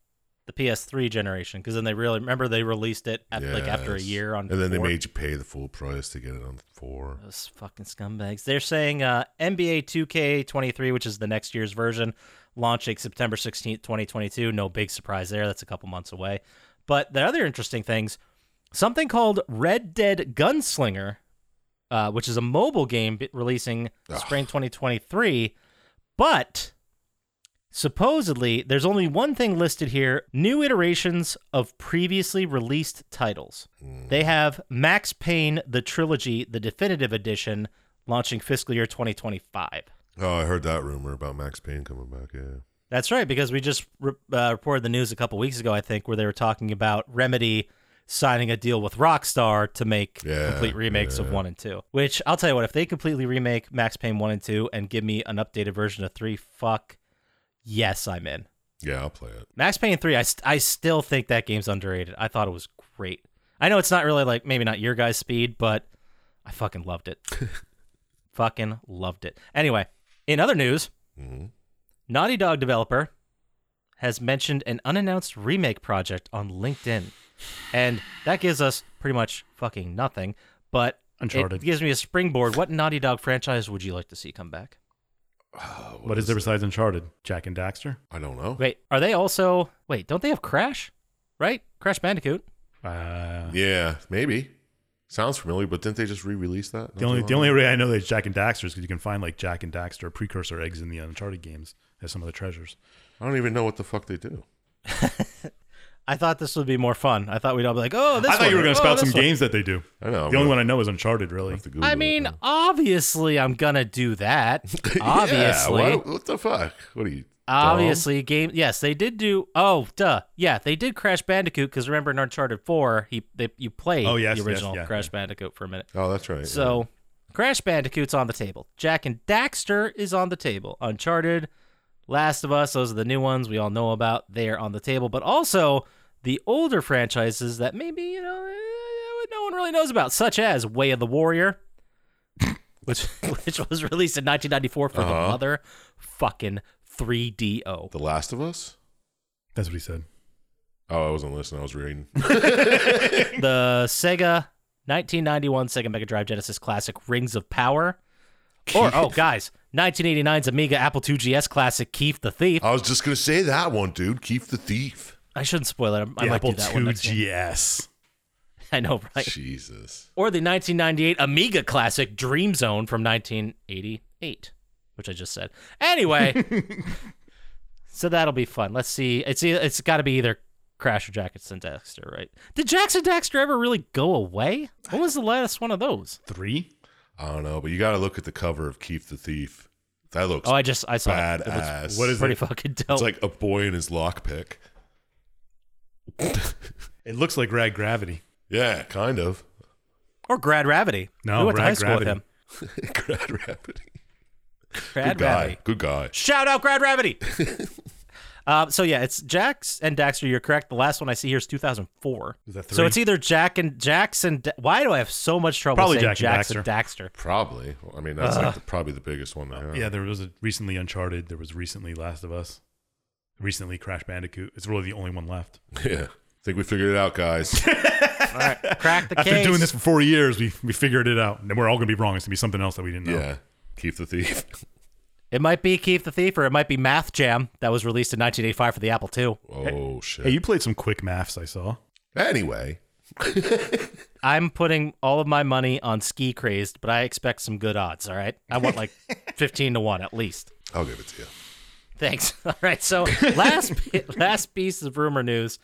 Speaker 4: the PS3 generation. Because then they really remember they released it at, like after a
Speaker 3: Yes.
Speaker 4: year on.
Speaker 3: And then they
Speaker 4: four.
Speaker 3: made you pay the full price to get it on four.
Speaker 4: Those fucking scumbags. They're saying uh, NBA 2K23, which is the next year's version, launching September 16th, 2022. No big surprise there. That's a couple months away. But the other interesting things something called Red Dead Gunslinger, uh, which is a mobile game b- releasing spring 2023. But supposedly, there's only one thing listed here new iterations of previously released titles.
Speaker 3: Mm.
Speaker 4: They have Max Payne, the trilogy, the definitive edition, launching fiscal year 2025.
Speaker 3: Oh, I heard that rumor about Max Payne coming back. Yeah.
Speaker 4: That's right, because we just re- uh, reported the news a couple weeks ago, I think, where they were talking about Remedy signing a deal with Rockstar to make
Speaker 3: Yeah,
Speaker 4: complete remakes of
Speaker 3: yeah.
Speaker 4: 1 and 2. Which, I'll tell you what, if they completely remake Max Payne 1 and 2 and give me an updated version of 3, fuck yes, I'm in.
Speaker 3: Yeah, I'll play it.
Speaker 4: Max Payne 3, I, st- I still think that game's underrated. I thought it was great. I know it's not really like maybe not your guys' speed, but I fucking loved it. fucking loved it. Anyway, in other news,
Speaker 3: hmm
Speaker 4: Naughty Dog developer has mentioned an unannounced remake project on LinkedIn. And that gives us pretty much fucking nothing, but
Speaker 6: Uncharted.
Speaker 4: it gives me a springboard. What Naughty Dog franchise would you like to see come back?
Speaker 6: what is there besides Uncharted? Jack and Daxter?
Speaker 3: Oh, I don't know.
Speaker 4: Wait, are they also. Wait, don't they have Crash? Right? Crash Bandicoot?
Speaker 6: Uh,
Speaker 3: Yeah, maybe. Sounds familiar, but didn't they just re-release that? not
Speaker 6: the only
Speaker 3: too
Speaker 6: the
Speaker 3: long
Speaker 6: only
Speaker 3: ago?
Speaker 6: way I know that it's Jack and Daxter is because you can find like Jack and Daxter precursor eggs in the Uncharted games as some of the treasures.
Speaker 3: I don't even know what the fuck they do.
Speaker 4: I thought this would be more fun. I thought we'd all be like, "Oh, this."
Speaker 6: I thought you were
Speaker 4: going to
Speaker 6: spout some games that they do.
Speaker 3: I know.
Speaker 6: The only one Oh, I know is Uncharted, really.
Speaker 4: I mean, obviously, I'm gonna do that. obviously,
Speaker 3: Yeah, what, what the fuck? What are you? dumb?
Speaker 4: obviously, game. Yes, they did do. Oh, duh. Yeah, they did Crash Bandicoot because remember in Uncharted Four, he they, you played
Speaker 6: Oh, yes,
Speaker 4: the
Speaker 6: yes,
Speaker 4: original
Speaker 6: yeah,
Speaker 4: Crash Bandicoot for a minute.
Speaker 3: Oh, that's right.
Speaker 4: So, Crash Bandicoot's on the table. Jack and Daxter is on the table. Uncharted, Last of Us, those are the new ones we all know about. They are on the table, but also the older franchises that maybe, you know, eh, no one really knows about, such as Way of the Warrior, which which was released in 1994 for
Speaker 3: Uh-huh.
Speaker 4: the mother fucking 3DO.
Speaker 3: The Last of Us.
Speaker 6: That's what he said.
Speaker 3: Oh, I wasn't listening. I was reading.
Speaker 4: the Sega 1991 Sega Mega Drive Genesis classic Rings of Power. Or, oh, guys, 1989's Amiga Apple II GS classic Keith the Thief.
Speaker 3: I was just gonna say that one, dude. Keep the thief.
Speaker 4: I shouldn't spoil it. I, I might do
Speaker 6: Apple
Speaker 4: that
Speaker 6: II
Speaker 4: one. next time.
Speaker 6: GS.
Speaker 4: I know, right?
Speaker 3: Jesus.
Speaker 4: Or the 1998 Amiga classic Dream Zone from 1988, which I just said. Anyway, So that'll be fun. Let's see. It's e- it's got to be either Crash or Jackson Dexter, right? Did Jackson Dexter ever really go away? When was the last one of those?
Speaker 6: Three?
Speaker 3: I don't know, but you got to look at the cover of Keith the Thief. That looks
Speaker 4: Oh, I just I saw it. It looks
Speaker 3: badass.
Speaker 6: what is
Speaker 4: pretty oh. fucking dope.
Speaker 3: It's like a boy in his lockpick.
Speaker 6: It looks like Rad Gravity.
Speaker 3: Yeah, kind of.
Speaker 4: or Grad Ravity.
Speaker 6: No,
Speaker 4: we went to
Speaker 6: Grad
Speaker 4: high school with
Speaker 6: Gravity.
Speaker 4: him.
Speaker 3: Grad Rapid.
Speaker 4: Grad
Speaker 3: Good guy.
Speaker 4: Ravity.
Speaker 3: Good guy.
Speaker 4: Shout out Grad Ravity. uh, so yeah, it's Jax and Daxter. You're correct. The last one I see here is 2004.
Speaker 6: Is that
Speaker 4: So
Speaker 6: three?
Speaker 4: it's either Jack and Jackson. Why do I have so much trouble
Speaker 6: Probably
Speaker 4: saying
Speaker 6: Jack
Speaker 4: Jackson
Speaker 6: and
Speaker 4: Daxter?
Speaker 3: Probably. Well, I mean, that's like the, probably the biggest one. they have.
Speaker 6: Yeah, there was a recently Uncharted. There was recently Last of Us. Recently Crash Bandicoot. It's really the only one left.
Speaker 3: Yeah. Think we figured it out, guys.
Speaker 4: All right, crack the
Speaker 6: After
Speaker 4: case.
Speaker 6: doing this for four years, we, we figured it out. And we're all going to be wrong. It's going to be something else that we didn't know.
Speaker 3: yeah. Keith the Thief.
Speaker 4: It might be Keith the Thief, or it might be Math Jam that was released in 1985 for the Apple II.
Speaker 3: Oh, shit.
Speaker 6: Hey, you played some quick maths, I saw.
Speaker 3: anyway.
Speaker 4: I'm putting all of my money on Ski Crazed, but I expect some good odds. All right, I want like 15 to one at least.
Speaker 3: I'll give it to you.
Speaker 4: Thanks. All right. So last pi- last piece of rumor news.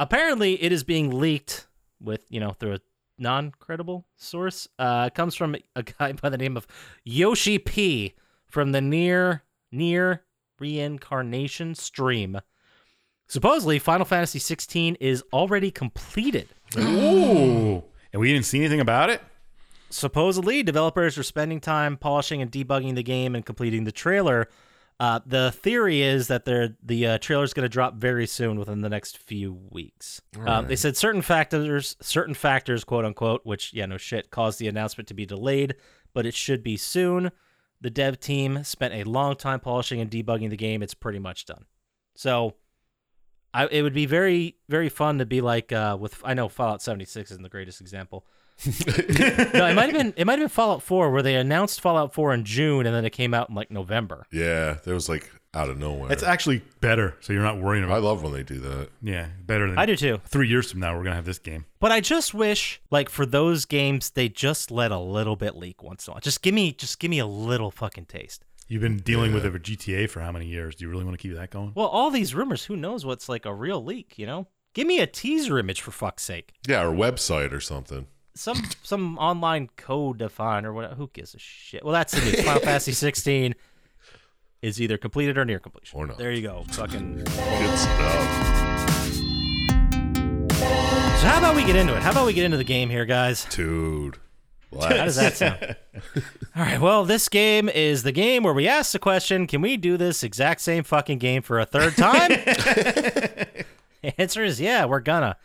Speaker 4: Apparently, it is being leaked with you know through a non credible source. Uh, it comes from a guy by the name of Yoshi P from the near near reincarnation stream. Supposedly, Final Fantasy 16 is already completed.
Speaker 6: Ooh. And we didn't see anything about it?
Speaker 4: supposedly developers are spending time polishing and debugging the game and completing the trailer. Uh, the theory is that they're, the uh, trailer is going to drop very soon, within the next few weeks. Uh, They said certain factors, certain factors, quote unquote, which yeah, no shit, caused the announcement to be delayed, but it should be soon. The dev team spent a long time polishing and debugging the game. It's pretty much done. So, I it would be very very fun to be like uh, with I know Fallout 76 isn't the greatest example, no, it might have been it might have been Fallout 4 where they announced Fallout 4 in June and then it came out in like November.
Speaker 3: Yeah. That was like out of nowhere.
Speaker 6: It's actually better. So you're not worrying about
Speaker 3: I love when they do that.
Speaker 6: Yeah, better than
Speaker 4: I do too.
Speaker 6: Three years from now, we're going to have this game.
Speaker 4: But I just wish like for those games they just let a little bit leak once in a while. Just give me just give me a little fucking taste.
Speaker 6: You've been dealing with it with GTA for how many years? Do you really want to keep that going?
Speaker 4: Well, all these rumors, who knows what's like a real leak, you know? Give me a teaser image for fuck's sake.
Speaker 3: Yeah, or website or something.
Speaker 4: Some some online code to find or whatever. Who gives a shit? Well, that's the news. Final Fantasy 16 is either completed or near completion.
Speaker 3: Or not.
Speaker 4: There you go. Fucking
Speaker 3: Good stuff.
Speaker 4: So how about we get into it? How about we get into the game here, guys?
Speaker 3: Dude.
Speaker 4: How
Speaker 3: Blast.
Speaker 4: does that sound? All right. Well, this game is the game where we ask the question Can we do this exact same fucking game for a third time? Answer is yeah, we're gonna.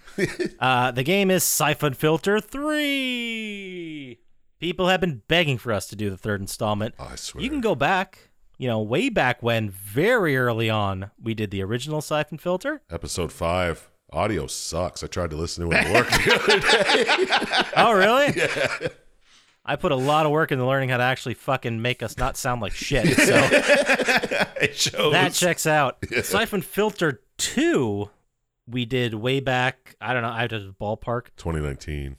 Speaker 4: Uh, the game is Siphon Filter 3. People have been begging for us to do the third installment.
Speaker 3: I swear.
Speaker 4: You can go back, you know, way back when, very early on, we did the original Siphon Filter.
Speaker 3: Episode five. Audio sucks. I tried to listen to it at work the other day.
Speaker 4: Oh, really? I put a lot of work into learning how to actually fucking make us not sound like shit. So
Speaker 6: It shows.
Speaker 4: that checks out. Siphon Filter 2, we did way back, I don't know, I did ballpark.
Speaker 3: 2019.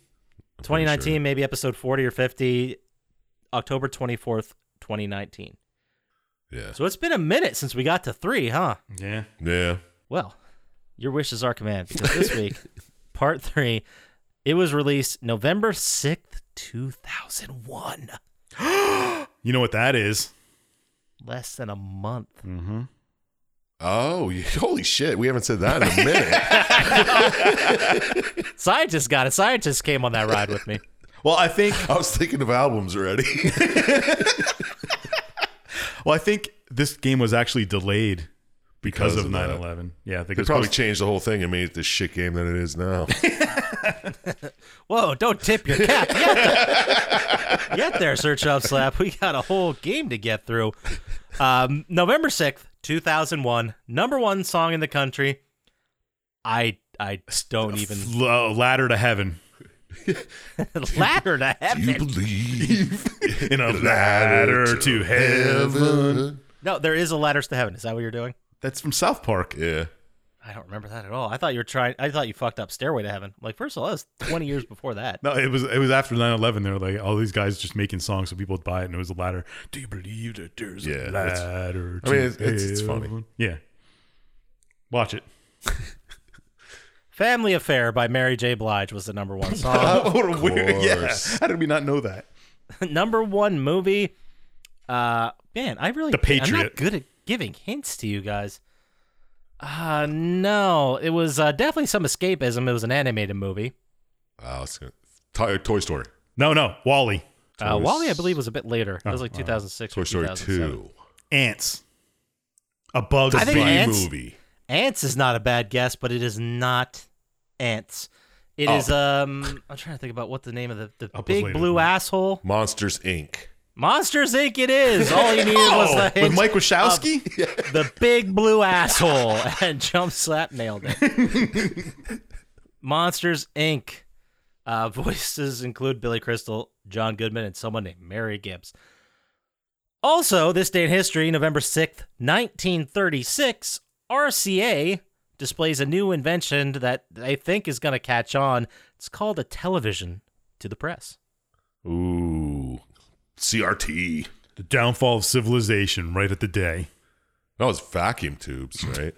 Speaker 4: 2019, maybe episode 40 or 50, October 24th, 2019.
Speaker 3: Yeah.
Speaker 4: So it's been a minute since we got to three, huh?
Speaker 6: yeah.
Speaker 3: Yeah.
Speaker 4: Well, your wish is our command because this week, part three, it was released November 6th, 2001.
Speaker 6: You know what that is?
Speaker 4: Less than a month.
Speaker 6: Mm. Mm-hmm.
Speaker 3: Oh, you- holy shit. We haven't said that in a minute.
Speaker 4: Scientists got it. Scientists came on that ride with me.
Speaker 6: Well, I think.
Speaker 3: I was thinking of albums already.
Speaker 6: Well, I think this game was actually delayed because,
Speaker 3: Because
Speaker 6: of
Speaker 3: of
Speaker 6: 9
Speaker 3: that.
Speaker 6: 11. Yeah, I think
Speaker 3: they
Speaker 6: it's
Speaker 3: probably
Speaker 6: supposed-
Speaker 3: changed the whole thing and made it this shit game that it is now.
Speaker 4: Whoa, don't tip your cap. Get there, Get there Sir Chub Slap. We got a whole game to get through. Um, November 6th, 2001. Number one song in the country. I I don't even
Speaker 6: L- ladder to heaven.
Speaker 4: ladder to
Speaker 3: you
Speaker 4: heaven.
Speaker 3: believe
Speaker 6: In a ladder to heaven.
Speaker 4: No, there is a ladders to heaven. Is that what you're doing?
Speaker 6: That's from South Park.
Speaker 3: Yeah.
Speaker 4: I don't remember that at all. I thought you were trying. I thought you fucked up Stairway to Heaven. Like, first of all, that was 20 years before that.
Speaker 6: No, it was it was after 9-11. They were like, all these guys just making songs so people would buy it, and it was a ladder. Do you believe that there's
Speaker 3: Yeah,
Speaker 6: a
Speaker 3: that's-
Speaker 6: ladder
Speaker 3: I
Speaker 6: to
Speaker 3: mean, it's- it's- it's funny.
Speaker 6: heaven? Yeah. Watch it.
Speaker 4: Family Affair by Mary J. Blige was the number one song.
Speaker 7: what a weird. Yeah.
Speaker 3: course.
Speaker 7: How did we not know that?
Speaker 4: number one movie. Uh, man, I really
Speaker 6: The
Speaker 4: I'm
Speaker 6: Patriot.
Speaker 4: not good at giving hints to you guys. Uh no, it was uh, definitely some escapism. It was an animated movie.
Speaker 3: Oh, it's gonna, Toy, Toy Story.
Speaker 6: No, no. Wally.
Speaker 4: Uh,
Speaker 3: Toy
Speaker 4: Wally, I
Speaker 3: S-
Speaker 4: believe, was a bit later. It was like 2006
Speaker 3: Toy
Speaker 4: or
Speaker 3: Story
Speaker 4: 2007.
Speaker 3: Two.
Speaker 6: Ants. A bug.
Speaker 4: I think
Speaker 3: B
Speaker 4: Ants-
Speaker 3: movie.
Speaker 4: Ants is not a bad guess, but it is not ants. It is um. I'm trying to think about what the name of the, the
Speaker 6: Up was
Speaker 4: big
Speaker 6: later,
Speaker 4: blue
Speaker 6: wasn't it?
Speaker 4: asshole.
Speaker 3: Monsters Inc.
Speaker 4: Monsters Inc. It is. All you needed was
Speaker 6: Oh,
Speaker 4: the hint.
Speaker 7: With Mike Wachowski?
Speaker 4: the big blue asshole and jump slap nailed it monsters inc uh, voices include billy crystal john goodman and someone named mary gibbs also this day in history november 6th 1936 rca displays a new invention that they think is going to catch on it's called a television to the press
Speaker 3: Ooh, CRT.
Speaker 6: The downfall of civilization right at the day.
Speaker 3: That was vacuum tubes, right?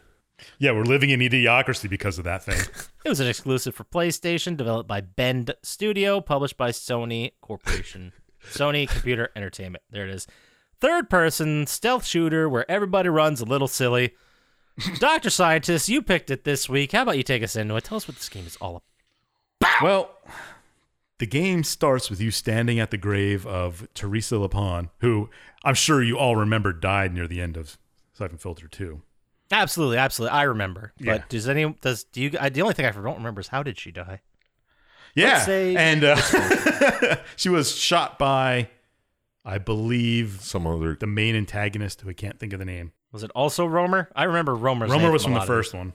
Speaker 6: Yeah, we're living in idiocracy because of that thing.
Speaker 4: it was an exclusive for PlayStation, developed by Bend Studio, published by Sony Corporation, Sony Computer Entertainment. There it is. Third person stealth shooter where everybody runs a little silly. Dr. Scientist, you picked it this week. How about you take us into it? Tell us what this game is all about.
Speaker 6: well, the game starts with you standing at the grave of Teresa Lapon, who I'm sure you all remember died near the end of Siphon Filter 2.
Speaker 4: Absolutely, absolutely. I remember. But
Speaker 6: Yeah.
Speaker 4: does any does do you I, the only thing I don't remember is how did she die?
Speaker 6: Yeah.
Speaker 4: say-
Speaker 6: and uh, she was shot by, I believe,
Speaker 3: Some other.
Speaker 6: the main antagonist who I can't think of the name.
Speaker 4: Was it also Romer? I remember Romer's
Speaker 6: Romer
Speaker 4: name
Speaker 6: was
Speaker 4: a
Speaker 6: from the
Speaker 4: lot of
Speaker 6: first one.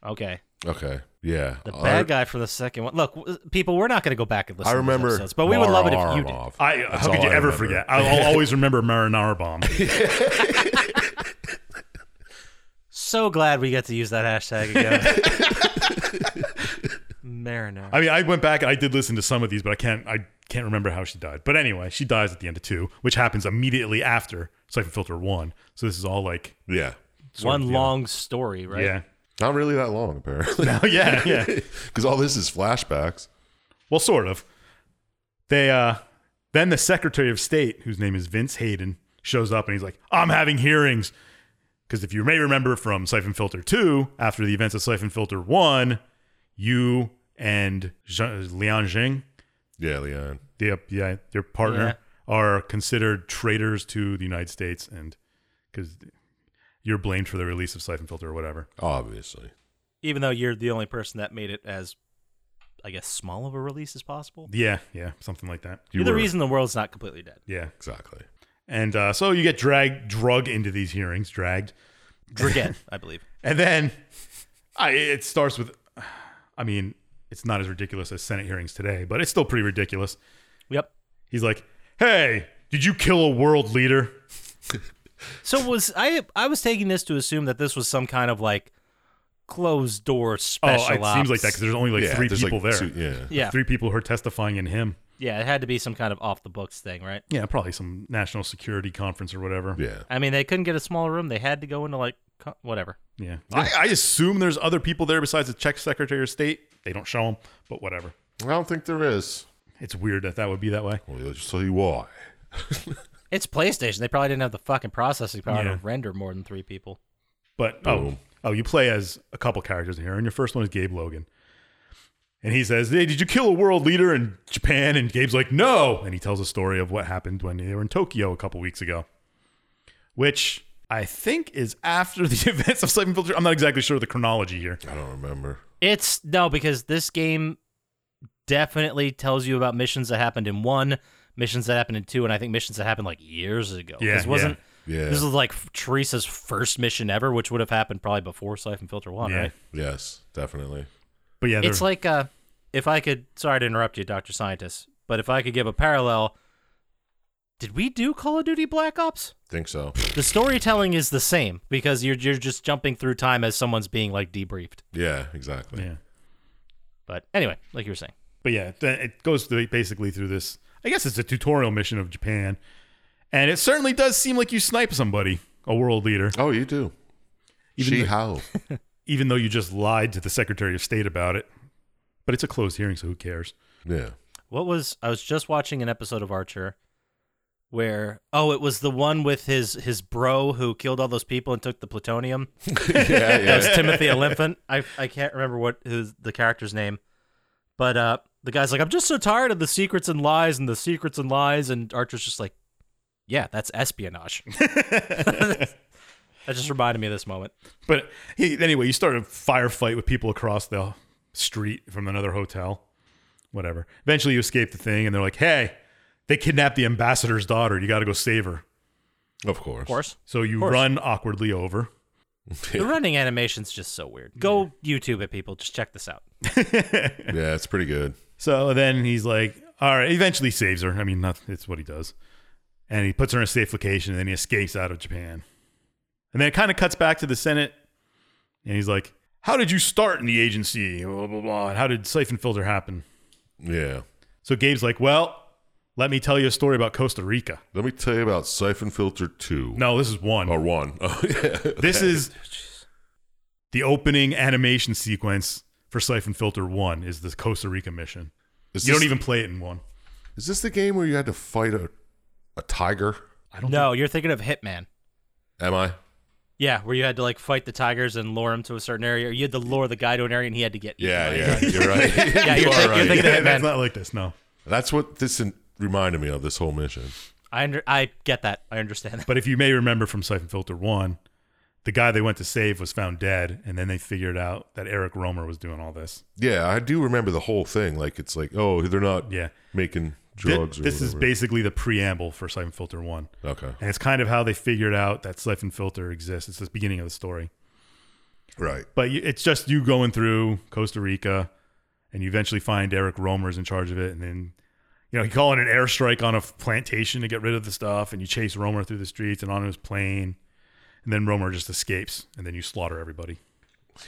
Speaker 4: this. Okay.
Speaker 3: Okay, yeah.
Speaker 4: The
Speaker 6: Uh,
Speaker 3: I-
Speaker 4: bad guy from the second one. Look, w- people, we're not going to go back and listen
Speaker 3: I
Speaker 4: to
Speaker 3: remember.
Speaker 4: these episodes, but we would love it if you did.
Speaker 3: Maramarov.
Speaker 6: I
Speaker 3: That's
Speaker 6: how could
Speaker 3: all
Speaker 6: you
Speaker 3: I
Speaker 6: ever
Speaker 3: remember.
Speaker 6: forget? I'll, I'll always remember Marinara Bomb.
Speaker 4: So glad we get to use that hashtag again. Mariner.
Speaker 6: I mean, I went back and I did listen to some of these, but I can't I can't remember how she died. But anyway, she dies at the end of two, which happens immediately after Siphon Filter one. So this is all like
Speaker 3: Yeah,
Speaker 6: sort of
Speaker 4: One
Speaker 6: the-
Speaker 4: long story, right?
Speaker 6: yeah,
Speaker 3: not really that long apparently,
Speaker 6: oh, yeah, yeah.
Speaker 3: because all this is flashbacks.
Speaker 6: Well, sort of. They uh then the Secretary of State, whose name is Vince Hayden, shows up and he's like, "I'm having hearings." Because if you may remember from Siphon Filter 2, after the events of Siphon Filter 1, you and Jean- Lian Jing,
Speaker 3: Yeah, Leon.
Speaker 6: the, yeah, their partner, are considered traitors to the United States and because you're blamed for the release of Siphon Filter or whatever.
Speaker 3: Obviously,
Speaker 4: Even though you're the only person that made it as, I guess, small of a release as possible.
Speaker 6: Yeah, yeah, something like that.
Speaker 3: You
Speaker 4: You're the
Speaker 3: were-
Speaker 4: reason the world's not completely dead.
Speaker 6: Yeah.
Speaker 3: exactly.
Speaker 6: And uh, so you get dragged, drug into these hearings, dragged.
Speaker 4: Draget, I believe.
Speaker 6: And then I, it starts with, I mean, it's not as ridiculous as Senate hearings today, but it's still pretty ridiculous.
Speaker 4: Yep.
Speaker 6: He's like, "Hey, did you kill a world leader?"
Speaker 4: So was I? I was taking this to assume that this was some kind of like closed door special.
Speaker 6: oh, it
Speaker 4: ops.
Speaker 6: seems like that because there's only like
Speaker 3: yeah,
Speaker 6: three
Speaker 3: there's,
Speaker 6: people there.
Speaker 3: two- yeah,
Speaker 4: yeah,
Speaker 6: Three people who are testifying in him.
Speaker 4: yeah, it had to be some kind of off the books thing, right?
Speaker 6: Yeah, probably some national security conference or whatever.
Speaker 3: yeah.
Speaker 4: I mean, they couldn't get a small room; they had to go into like co- whatever.
Speaker 6: Yeah. I, I assume there's other people there besides the Czech Secretary of State. They don't show them, but whatever.
Speaker 3: I don't think there is.
Speaker 6: It's weird that that would be that way.
Speaker 3: Well, let's see why.
Speaker 4: It's PlayStation; they probably didn't have the fucking processing power
Speaker 6: Yeah.
Speaker 4: to render more than three people.
Speaker 6: But
Speaker 3: Boom.
Speaker 6: oh, oh, you play as a couple characters in here, and your first one is Gabe Logan. And he says, Hey, did you kill a world leader in Japan? And Gabe's like, No. And he tells a story of what happened when they were in Tokyo a couple weeks ago, which I think is after the events of Siphon Filter. I'm not exactly sure of the chronology here.
Speaker 3: I don't remember.
Speaker 4: It's no, because this game definitely tells you about missions that happened in one, missions that happened in two, and I think missions that happened like years ago.
Speaker 6: Yeah,
Speaker 4: this wasn't.
Speaker 3: Yeah.
Speaker 4: This was like Teresa's first mission ever, which would have happened probably before Siphon Filter One,
Speaker 6: Yeah.
Speaker 4: right?
Speaker 3: Yes, definitely.
Speaker 6: But yeah,
Speaker 4: It's
Speaker 6: they're-
Speaker 4: like uh, if I could. Sorry to interrupt you, Doctor Scientist, but if I could give a parallel, did we do Call of Duty Black Ops?
Speaker 3: Think so.
Speaker 4: The storytelling is the same because you're you're just jumping through time as someone's being like debriefed.
Speaker 3: Yeah, exactly.
Speaker 6: yeah.
Speaker 4: But anyway, like you were saying.
Speaker 6: But yeah, th- it goes through basically through this. I guess it's a tutorial mission of Japan, and it certainly does seem like you snipe somebody, a world leader.
Speaker 3: Oh, you do.
Speaker 6: Even
Speaker 3: she
Speaker 6: the-
Speaker 3: how?
Speaker 6: even though you just lied to the Secretary of State about it. But it's a closed hearing, so who cares?
Speaker 3: Yeah.
Speaker 4: What was I was just watching an episode of Archer where oh it was the one with his his bro who killed all those people and took the plutonium.
Speaker 3: yeah,
Speaker 4: That
Speaker 3: yeah.
Speaker 4: was Timothy Olyphant. I I can't remember what who's the character's name. But uh the guy's like, I'm just so tired of the secrets and lies and the secrets and lies and Archer's just like, Yeah, that's espionage. that just reminded me of this moment.
Speaker 6: But he, anyway, you start a firefight with people across the street from another hotel. Whatever. Eventually, you escape the thing, and they're like, "Hey, they kidnapped the ambassador's daughter. You got to go save her."
Speaker 3: Of course.
Speaker 4: Of course.
Speaker 6: So you
Speaker 4: course.
Speaker 6: run awkwardly over.
Speaker 4: The running animation's just so weird. Go YouTube it, people. Just check this out.
Speaker 3: Yeah, it's pretty good.
Speaker 6: So then he's like, "All right." Eventually, saves her. I mean, not, it's what he does. And he puts her in a safe location, and then he escapes out of Japan. And then it kind of cuts back to the Senate, and he's like, "How did you start in the agency? Blah blah blah. And how did siphon filter happen?"
Speaker 3: Yeah.
Speaker 6: So Gabe's like, "Well, let me tell you a story about Costa Rica."
Speaker 3: Let me tell you about Siphon Filter 2.
Speaker 6: No, this is one.
Speaker 3: Or 1. Oh, yeah.
Speaker 6: This is the opening animation sequence for Siphon Filter One. Is the Costa Rica mission?
Speaker 3: Is
Speaker 6: You
Speaker 3: this-
Speaker 6: don't even play it in one.
Speaker 3: Is this the game where you had to fight a, a tiger?
Speaker 4: No, you're thinking of Hitman.
Speaker 3: Am I?
Speaker 4: Yeah, where you had to like fight the tigers and lure him to a certain area, or you had to lure the guy to an area and he had to get.
Speaker 3: Yeah, yeah. You're right.
Speaker 4: yeah.
Speaker 3: You are
Speaker 4: You're, think- you're
Speaker 3: right.
Speaker 4: thinking
Speaker 6: Yeah,
Speaker 4: of Hitman.
Speaker 6: that's not like this. No.
Speaker 3: That's what this in- reminded me of this whole mission.
Speaker 4: I under, I get that. I understand that.
Speaker 6: But if you may remember from Siphon Filter 1, the guy they went to save was found dead, and then they figured out that Eric Romer was doing all this.
Speaker 3: Yeah, I do remember the whole thing. Like it's like, oh, they're not
Speaker 6: Yeah.
Speaker 3: making
Speaker 6: Thi-
Speaker 3: drugs.
Speaker 6: this
Speaker 3: or
Speaker 6: is
Speaker 3: whatever.
Speaker 6: basically the preamble for Siphon Filter 1.
Speaker 3: okay,
Speaker 6: And it's kind of how they figured out that Siphon Filter exists. It's the beginning of the story.
Speaker 3: right?
Speaker 6: But you- it's just you going through Costa Rica, and you eventually find Eric Romer's in charge of it, and then. You know, he called in an airstrike on a f- plantation to get rid of the stuff, and you chase Romer through the streets and on his plane, and then Romer just escapes, and then you slaughter everybody.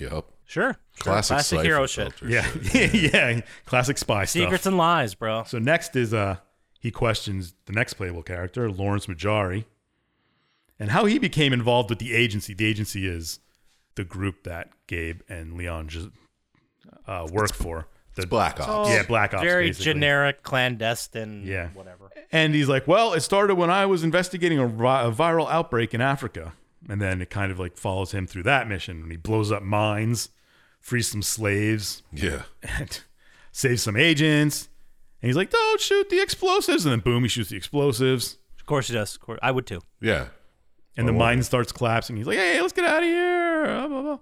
Speaker 3: Yep.
Speaker 4: Sure.
Speaker 3: Classic,
Speaker 4: Classic
Speaker 3: Siphon
Speaker 4: hero shit.
Speaker 3: Filter
Speaker 6: Yeah, yeah, classic spy
Speaker 4: Secrets
Speaker 6: stuff.
Speaker 4: and lies, bro.
Speaker 6: So next is uh, he questions the next playable character, Lawrence Majari, and how he became involved with the agency. The agency is the group that Gabe and Leon just uh, work for. The
Speaker 3: It's Black Ops.
Speaker 6: yeah, Black Ops.
Speaker 4: Very
Speaker 6: basically.
Speaker 4: generic, clandestine.
Speaker 6: Yeah.
Speaker 4: Whatever.
Speaker 6: And he's like, "Well, it started when I was investigating a, vi- a viral outbreak in Africa, and then it kind of like follows him through that mission. And he blows up mines, frees some slaves,
Speaker 3: Yeah.
Speaker 6: and saves some agents. And he's like, don't shoot the explosives. And then boom, he shoots the explosives.
Speaker 4: Of course he does. Of course, I would too.
Speaker 3: Yeah.
Speaker 6: And the mine starts collapsing. He's like, hey, let's get out of here. Blah, blah, blah.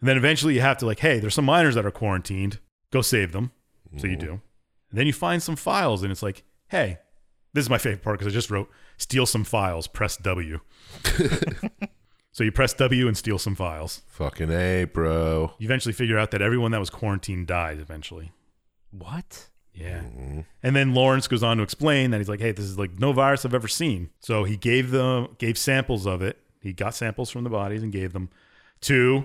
Speaker 6: And then eventually you have to, like, hey, there's some miners that are quarantined. Go save them. So you do. And then you find some files, and it's like, hey, this is my favorite part because I just wrote, steal some files, press W. so you press W and steal some files.
Speaker 3: Fucking a, bro.
Speaker 6: You eventually figure out that everyone that was quarantined dies eventually.
Speaker 4: What?
Speaker 6: Yeah. And then Lawrence goes on to explain that he's like, "Hey, this is like no virus I've ever seen." So he gave the gave samples of it. He got samples from the bodies and gave them to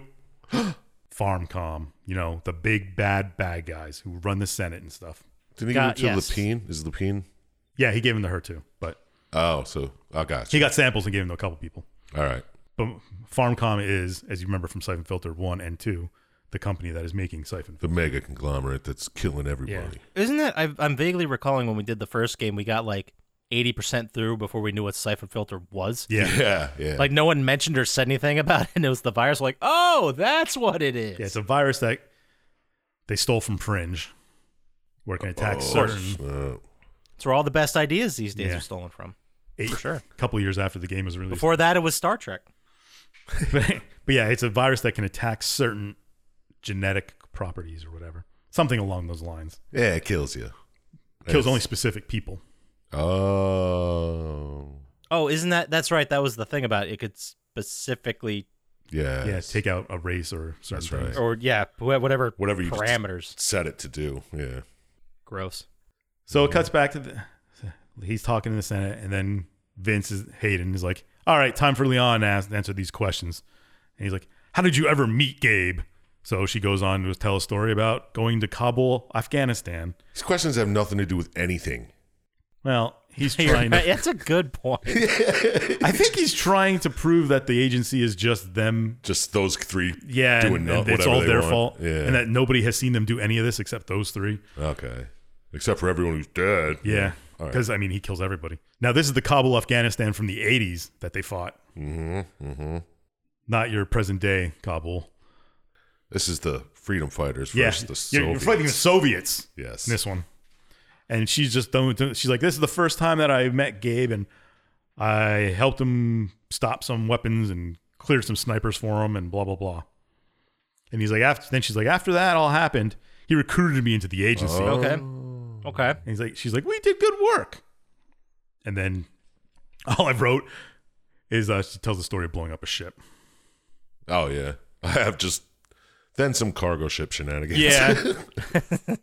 Speaker 6: Farmcom, you know, the big bad bad guys who run the Senate and stuff.
Speaker 3: Didn't he
Speaker 4: Got-
Speaker 3: give it
Speaker 4: yes.
Speaker 3: to Lapine? Is it Lapine?
Speaker 6: Yeah, he gave them to her too, but
Speaker 3: Oh, so I got
Speaker 6: he
Speaker 3: you.
Speaker 6: got samples and gave them to a couple people.
Speaker 3: All right.
Speaker 6: But Farmcom is, as you remember from Siphon Filter one and two, the company that is making Siphon.
Speaker 3: The mega conglomerate that's killing everybody.
Speaker 4: Isn't that? I, I'm vaguely recalling when we did the first game, we got like 80% through before we knew what Cypher Filter was.
Speaker 6: Yeah.
Speaker 3: Yeah. Yeah.
Speaker 4: Like no one mentioned or said anything about it, and it was the virus. We're like, oh, that's what it is.
Speaker 6: Yeah, it's a virus that they stole from Fringe, where it can attack
Speaker 3: Oh,
Speaker 6: certain
Speaker 3: snap.
Speaker 4: It's where all the best ideas these days
Speaker 6: Yeah.
Speaker 4: are stolen from.
Speaker 6: eight couple years after the game was released.
Speaker 4: Before that, it was Star Trek.
Speaker 6: but yeah, it's a virus that can attack certain genetic properties or whatever, something along those lines.
Speaker 3: yeah, it kills you.
Speaker 6: Kills
Speaker 3: Yes.
Speaker 6: only specific people.
Speaker 3: Oh.
Speaker 4: Oh, isn't that? That's right. That was the thing about it. It could specifically,
Speaker 3: Yeah.
Speaker 6: Yeah, take out a race or certain
Speaker 3: That's right.
Speaker 6: things.
Speaker 4: or yeah, wh- whatever,
Speaker 3: Whatever you just-
Speaker 4: parameters.
Speaker 3: Set it to do. Yeah.
Speaker 4: Gross.
Speaker 6: So it cuts back to the. He's talking in the Senate, and then Vince is Hayden is like, "All right, time for Leon to ask, answer these questions." And he's like, "How did you ever meet Gabe?" So she goes on to tell a story about going to Kabul, Afghanistan.
Speaker 3: These questions have nothing to do with anything.
Speaker 6: Well, he's
Speaker 4: You're
Speaker 6: trying
Speaker 4: right.
Speaker 6: to,
Speaker 4: That's a good point.
Speaker 6: I think he's trying to prove that the agency is just them.
Speaker 3: Just those three.
Speaker 6: Yeah,
Speaker 3: Doing
Speaker 6: and,
Speaker 3: no-
Speaker 6: and it's
Speaker 3: whatever
Speaker 6: all
Speaker 3: they
Speaker 6: their
Speaker 3: want.
Speaker 6: fault,
Speaker 3: Yeah.
Speaker 6: and that nobody has seen them do any of this except those three.
Speaker 3: Okay. Except for everyone who's dead.
Speaker 6: Yeah,
Speaker 3: All right.
Speaker 6: because I mean, he kills everybody. Now, this is the Kabul, Afghanistan from the '80s that they fought,
Speaker 3: Mm-hmm. Mm-hmm.
Speaker 6: not your present day Kabul.
Speaker 3: This is the freedom fighters
Speaker 6: Yeah,
Speaker 3: versus the Soviets.
Speaker 6: you're, you're fighting the Soviets.
Speaker 3: Yes.
Speaker 6: in this one. And she's just done. With, she's like, "This is the first time that I met Gabe, and I helped him stop some weapons and cleared some snipers for him, and blah blah blah." And he's like, "After then, she's like, after that all happened, he recruited me into the agency."
Speaker 3: Oh.
Speaker 4: Okay. Okay.
Speaker 6: And he's like, "She's like, we did good work." And then all I wrote is uh, she tells the story of blowing up a ship.
Speaker 3: Oh yeah. I have just then some cargo ship shenanigans.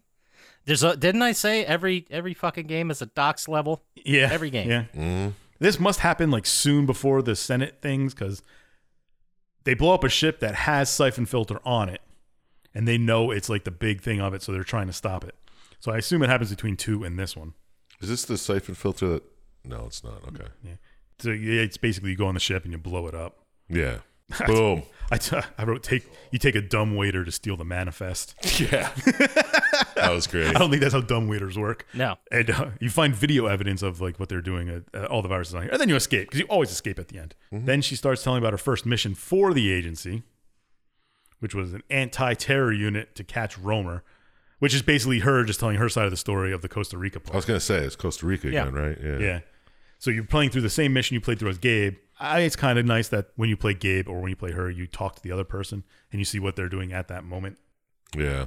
Speaker 4: There's a didn't I say every every fucking game is a docs level?
Speaker 6: yeah,
Speaker 4: Every game.
Speaker 6: yeah.
Speaker 3: mm.
Speaker 6: this must happen like soon before the Senate things because they blow up a ship that has siphon filter on it, and they know it's like the big thing of it, so they're trying to stop it. So I assume it happens between two and this one.
Speaker 3: Is this the siphon filter that No, it's not. Okay.
Speaker 6: So yeah, it's basically you go on the ship and you blow it up.
Speaker 3: Yeah. Boom.
Speaker 6: I, t- I wrote take you take a dumb waiter to steal the manifest.
Speaker 3: Yeah. that was great.
Speaker 6: I don't think that's how dumb waiters work.
Speaker 4: No.
Speaker 6: And uh, you find video evidence of like what they're doing, uh, uh, all the viruses on here, and then you escape because you always escape at the end.
Speaker 3: Mm-hmm.
Speaker 6: Then she starts telling about her first mission for the agency, which was an anti-terror unit to catch Romer, which is basically her just telling her side of the story of the Costa Rica
Speaker 3: I
Speaker 6: part.
Speaker 3: was gonna say it's Costa Rica
Speaker 4: Yeah.
Speaker 3: again, right? Yeah.
Speaker 6: Yeah. So you're playing through the same mission you played through as Gabe. I, it's kind of nice that when you play Gabe or when you play her, you talk to the other person and you see what they're doing at that moment,
Speaker 3: Yeah.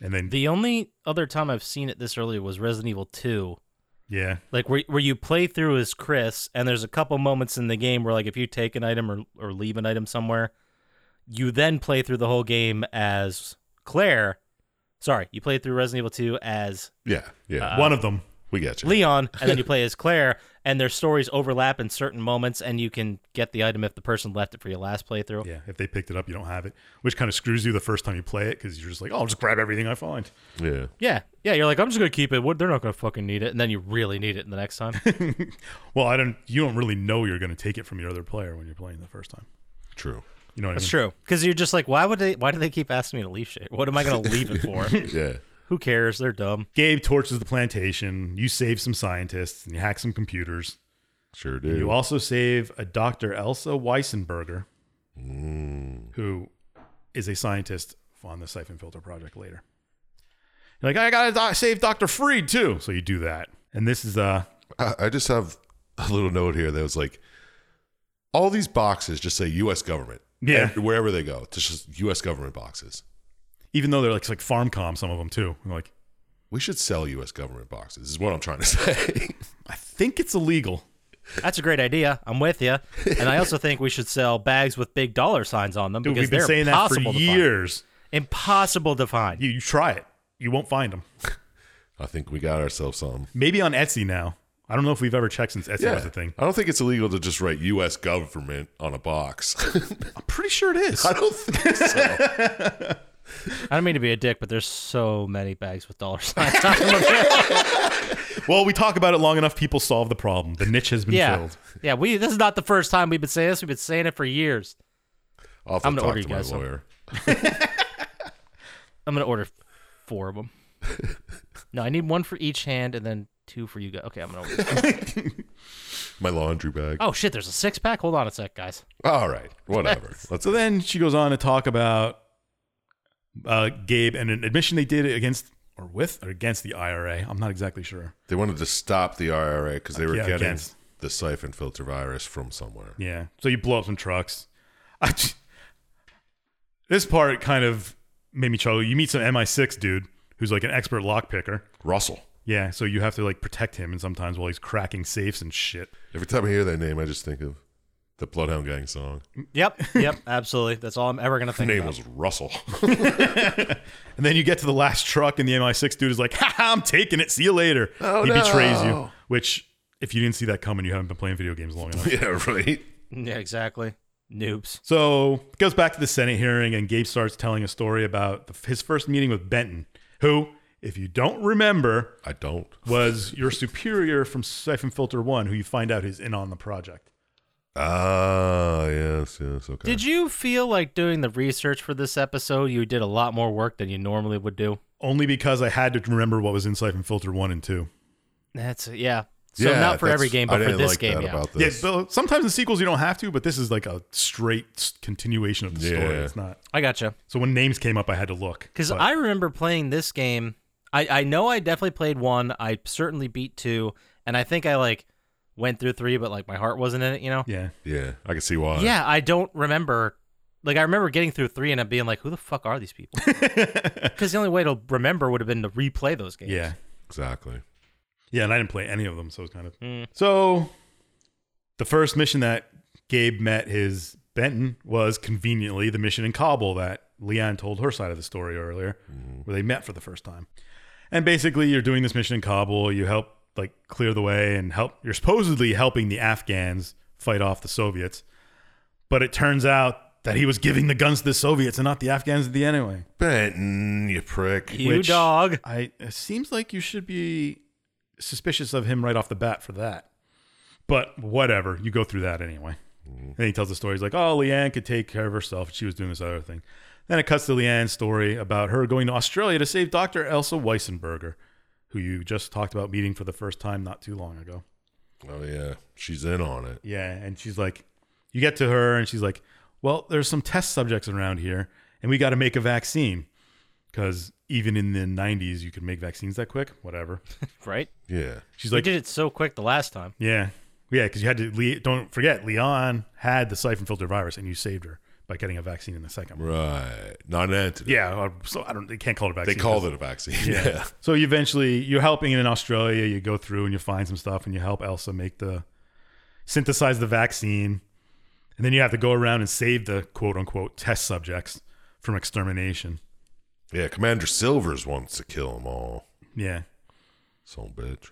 Speaker 6: and then
Speaker 4: The only other time I've seen it this early was Resident Evil 2.
Speaker 6: yeah,
Speaker 4: Like where, where you play through as Chris and there's a couple moments in the game where like if you take an item or, or leave an item somewhere, you then play through the whole game as Claire. Sorry, you play through Resident Evil 2 as
Speaker 3: Yeah. Yeah.
Speaker 6: Uh, one of them.
Speaker 3: we got you.
Speaker 4: Leon, and then you play as Claire, and their stories overlap in certain moments, and you can get the item if the person left it for your last playthrough.
Speaker 6: Yeah, if they picked it up, you don't have it, which kind of screws you the first time you play it because you're just like, oh, I'll just grab everything I find.
Speaker 3: yeah.
Speaker 4: Yeah, yeah. You're like, I'm just gonna keep it. What? They're not gonna fucking need it, and then you really need it the next time.
Speaker 6: Well, I don't. You don't really know you're going to take it from your other player when you're playing the first time.
Speaker 3: True.
Speaker 6: You know what
Speaker 4: That's
Speaker 6: I mean?
Speaker 4: true. Because you're just like, why would they? Why do they keep asking me to leave shit? What am I gonna leave it for?
Speaker 3: Yeah.
Speaker 4: Who cares? They're dumb.
Speaker 6: Gabe torches the plantation. You save some scientists and you hack some computers.
Speaker 3: Sure do.
Speaker 6: You also save a Dr. Elsa Weissenberger,
Speaker 3: Mm.
Speaker 6: who is a scientist on the Siphon Filter project later. You're like, I got to doc- save Dr. Freed too. So you do that. And this is uh,
Speaker 3: I, I just have a little note here that was like, all these boxes just say U.S. government.
Speaker 6: Yeah.
Speaker 3: And wherever they go, it's just U.S. government boxes.
Speaker 6: even though they're like, it's like farm com, some of them too. I'm like,
Speaker 3: We should sell U.S. government boxes. Is what I'm trying to say.
Speaker 6: I think it's illegal.
Speaker 4: That's a great idea. I'm with you. And I also think we should sell bags with big dollar signs on them
Speaker 6: Dude,
Speaker 4: because
Speaker 6: we've been
Speaker 4: they're
Speaker 6: saying that for
Speaker 4: impossible to find.
Speaker 6: years.
Speaker 4: Impossible to find.
Speaker 6: You, you try it, you won't find them.
Speaker 3: I think we got ourselves some.
Speaker 6: Maybe on Etsy now. I don't know if we've ever checked since Etsy was a thing.
Speaker 3: I don't think it's illegal to just write U.S. government on a box.
Speaker 6: I'm pretty sure it is.
Speaker 3: I don't think so.
Speaker 4: I don't mean to be a dick, but there's so many bags with dollar signs on them.
Speaker 6: well, we talk about it long enough, people solve the problem. The niche has been
Speaker 4: yeah,
Speaker 6: filled.
Speaker 4: yeah. We this is not the first time we've been saying this. We've been saying it for years.
Speaker 3: I'll have to
Speaker 4: I'm gonna
Speaker 3: talk
Speaker 4: order
Speaker 3: to
Speaker 4: you
Speaker 3: my
Speaker 4: guys some.
Speaker 3: lawyer.
Speaker 4: I'm gonna order four of them. no, I need one for each hand and then two for you guys. Okay, I'm gonna. Order.
Speaker 3: My laundry bag.
Speaker 4: oh shit, there's a six pack. Hold on a sec, guys.
Speaker 3: All right, whatever. Let's.
Speaker 6: So then she goes on to talk about uh, Gabe and an admission they did against or with or against the IRA. I'm not exactly sure.
Speaker 3: They wanted to stop the IRA because they were
Speaker 6: Yeah,
Speaker 3: getting
Speaker 6: against.
Speaker 3: the siphon filter virus from somewhere.
Speaker 6: Yeah. So you blow up some trucks. I just- this part kind of made me chuckle. You meet some MI6 dude who's like an expert lockpicker.
Speaker 3: Russell.
Speaker 6: Yeah. So you have to like protect him and sometimes while he's cracking safes and shit.
Speaker 3: Every time I hear that name, I just think of the Bloodhound Gang song.
Speaker 4: Yep, yep, absolutely. That's all I'm ever gonna
Speaker 3: Her
Speaker 4: think
Speaker 3: name
Speaker 4: about.
Speaker 3: was Russell.
Speaker 6: And then you get to the last truck, and the MI6 dude is like, "Ha, ha, I'm taking it. See you later."
Speaker 3: Oh,
Speaker 6: he betrays you.
Speaker 3: no.
Speaker 6: Which, if you didn't see that coming, you haven't been playing video games long enough.
Speaker 3: yeah, right.
Speaker 4: yeah, exactly. Noobs.
Speaker 6: So it goes back to the Senate hearing, and Gabe starts telling a story about the, his first meeting with Benton, who if you don't remember,
Speaker 3: I don't.
Speaker 6: was your superior from Siphon Filter One, who you find out is in on the project.
Speaker 3: Ah, yes, yes. Okay.
Speaker 4: Did you feel like doing the research for this episode? You did a lot more work than you normally would do.
Speaker 6: Only because I had to remember what was in Siphon Filter One and Two.
Speaker 4: That's yeah. So not for every game, but for this game, yeah.
Speaker 6: Yeah, so sometimes in sequels you don't have to, but this is like a straight s- continuation of the story.
Speaker 3: Yeah.
Speaker 6: It's not.
Speaker 4: I gotcha.
Speaker 6: So when names came up, I had to look
Speaker 4: Because
Speaker 6: but-
Speaker 4: I remember playing this game. I, I know I definitely played one. I certainly beat two, and I think I like went through three, but like my heart wasn't in it. You know.
Speaker 6: yeah,
Speaker 3: yeah, I can see why.
Speaker 4: Yeah, I don't remember. Like I remember getting through three and I'm being like, "Who the fuck are these people?" Because the only way to remember would have been to replay those games.
Speaker 6: yeah,
Speaker 3: exactly.
Speaker 6: yeah, and I didn't play any of them, so it's kind of
Speaker 4: Mm.
Speaker 6: so. The first mission that Gabe met his Benton was conveniently the mission in Kabul that Leon told her side of the story earlier, where they met for the first time. And basically, you're doing this mission in Kabul. You help like clear the way and help. You're supposedly helping the Afghans fight off the Soviets, but it turns out that he was giving the guns to the Soviets and not the Afghans at the end anyway.
Speaker 3: Benton, you prick.
Speaker 4: You
Speaker 6: Which-
Speaker 4: dog.
Speaker 6: I it seems like you should be suspicious of him right off the bat for that. But whatever, you go through that anyway. And he tells the story. He's like, "Oh, Leanne could take care of herself. She was doing this other thing." Then it cuts to Leanne's story about her going to Australia to save Dr. Elsa Weissenberger, who you just talked about meeting for the first time not too long ago.
Speaker 3: Oh yeah, she's in on it.
Speaker 6: Yeah, and she's like, you get to her, and she's like, well, there's some test subjects around here, and we got to make a vaccine because even in the 90s, you could make vaccines that quick. Whatever.
Speaker 4: Right.
Speaker 3: Yeah,
Speaker 6: She's
Speaker 4: we
Speaker 6: like,
Speaker 4: did it so quick the last time.
Speaker 6: yeah, yeah, because you had to. Le- don't forget, Leon had the siphon filter virus, and you saved her by getting a vaccine in the second. one.
Speaker 3: right. Not an entity.
Speaker 6: Yeah, uh, so I don't. They can't call it a
Speaker 3: they
Speaker 6: vaccine.
Speaker 3: called it a vaccine. Yeah.
Speaker 6: So you eventually you're helping in Australia. You go through and you find some stuff, and you help Elsa make the synthesize the vaccine, and then you have to go around and save the quote unquote test subjects from extermination.
Speaker 3: yeah. Commander Silvers wants to kill them all.
Speaker 6: Yeah.
Speaker 3: Son of a bitch.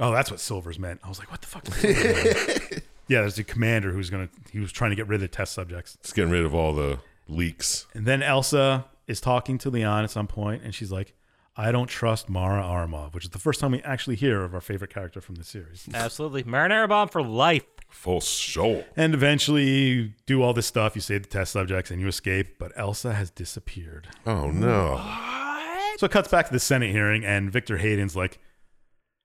Speaker 6: Oh, that's what Silver's meant. I was like, what the fuck? does Silvers mean? yeah, there's a commander who's gonna he was trying to get rid of the test subjects.
Speaker 3: It's getting rid of all the leaks.
Speaker 6: And then Elsa is talking to Leon at some point, and she's like, I don't trust Mara Armov, which is the first time we actually hear of our favorite character from the series.
Speaker 4: Absolutely. Marinara bomb for life.
Speaker 3: Full show.
Speaker 6: And eventually, you do all this stuff, you save the test subjects, and you escape, but Elsa has disappeared.
Speaker 3: Oh no.
Speaker 6: So it cuts back to the Senate hearing, and Victor Hayden's like,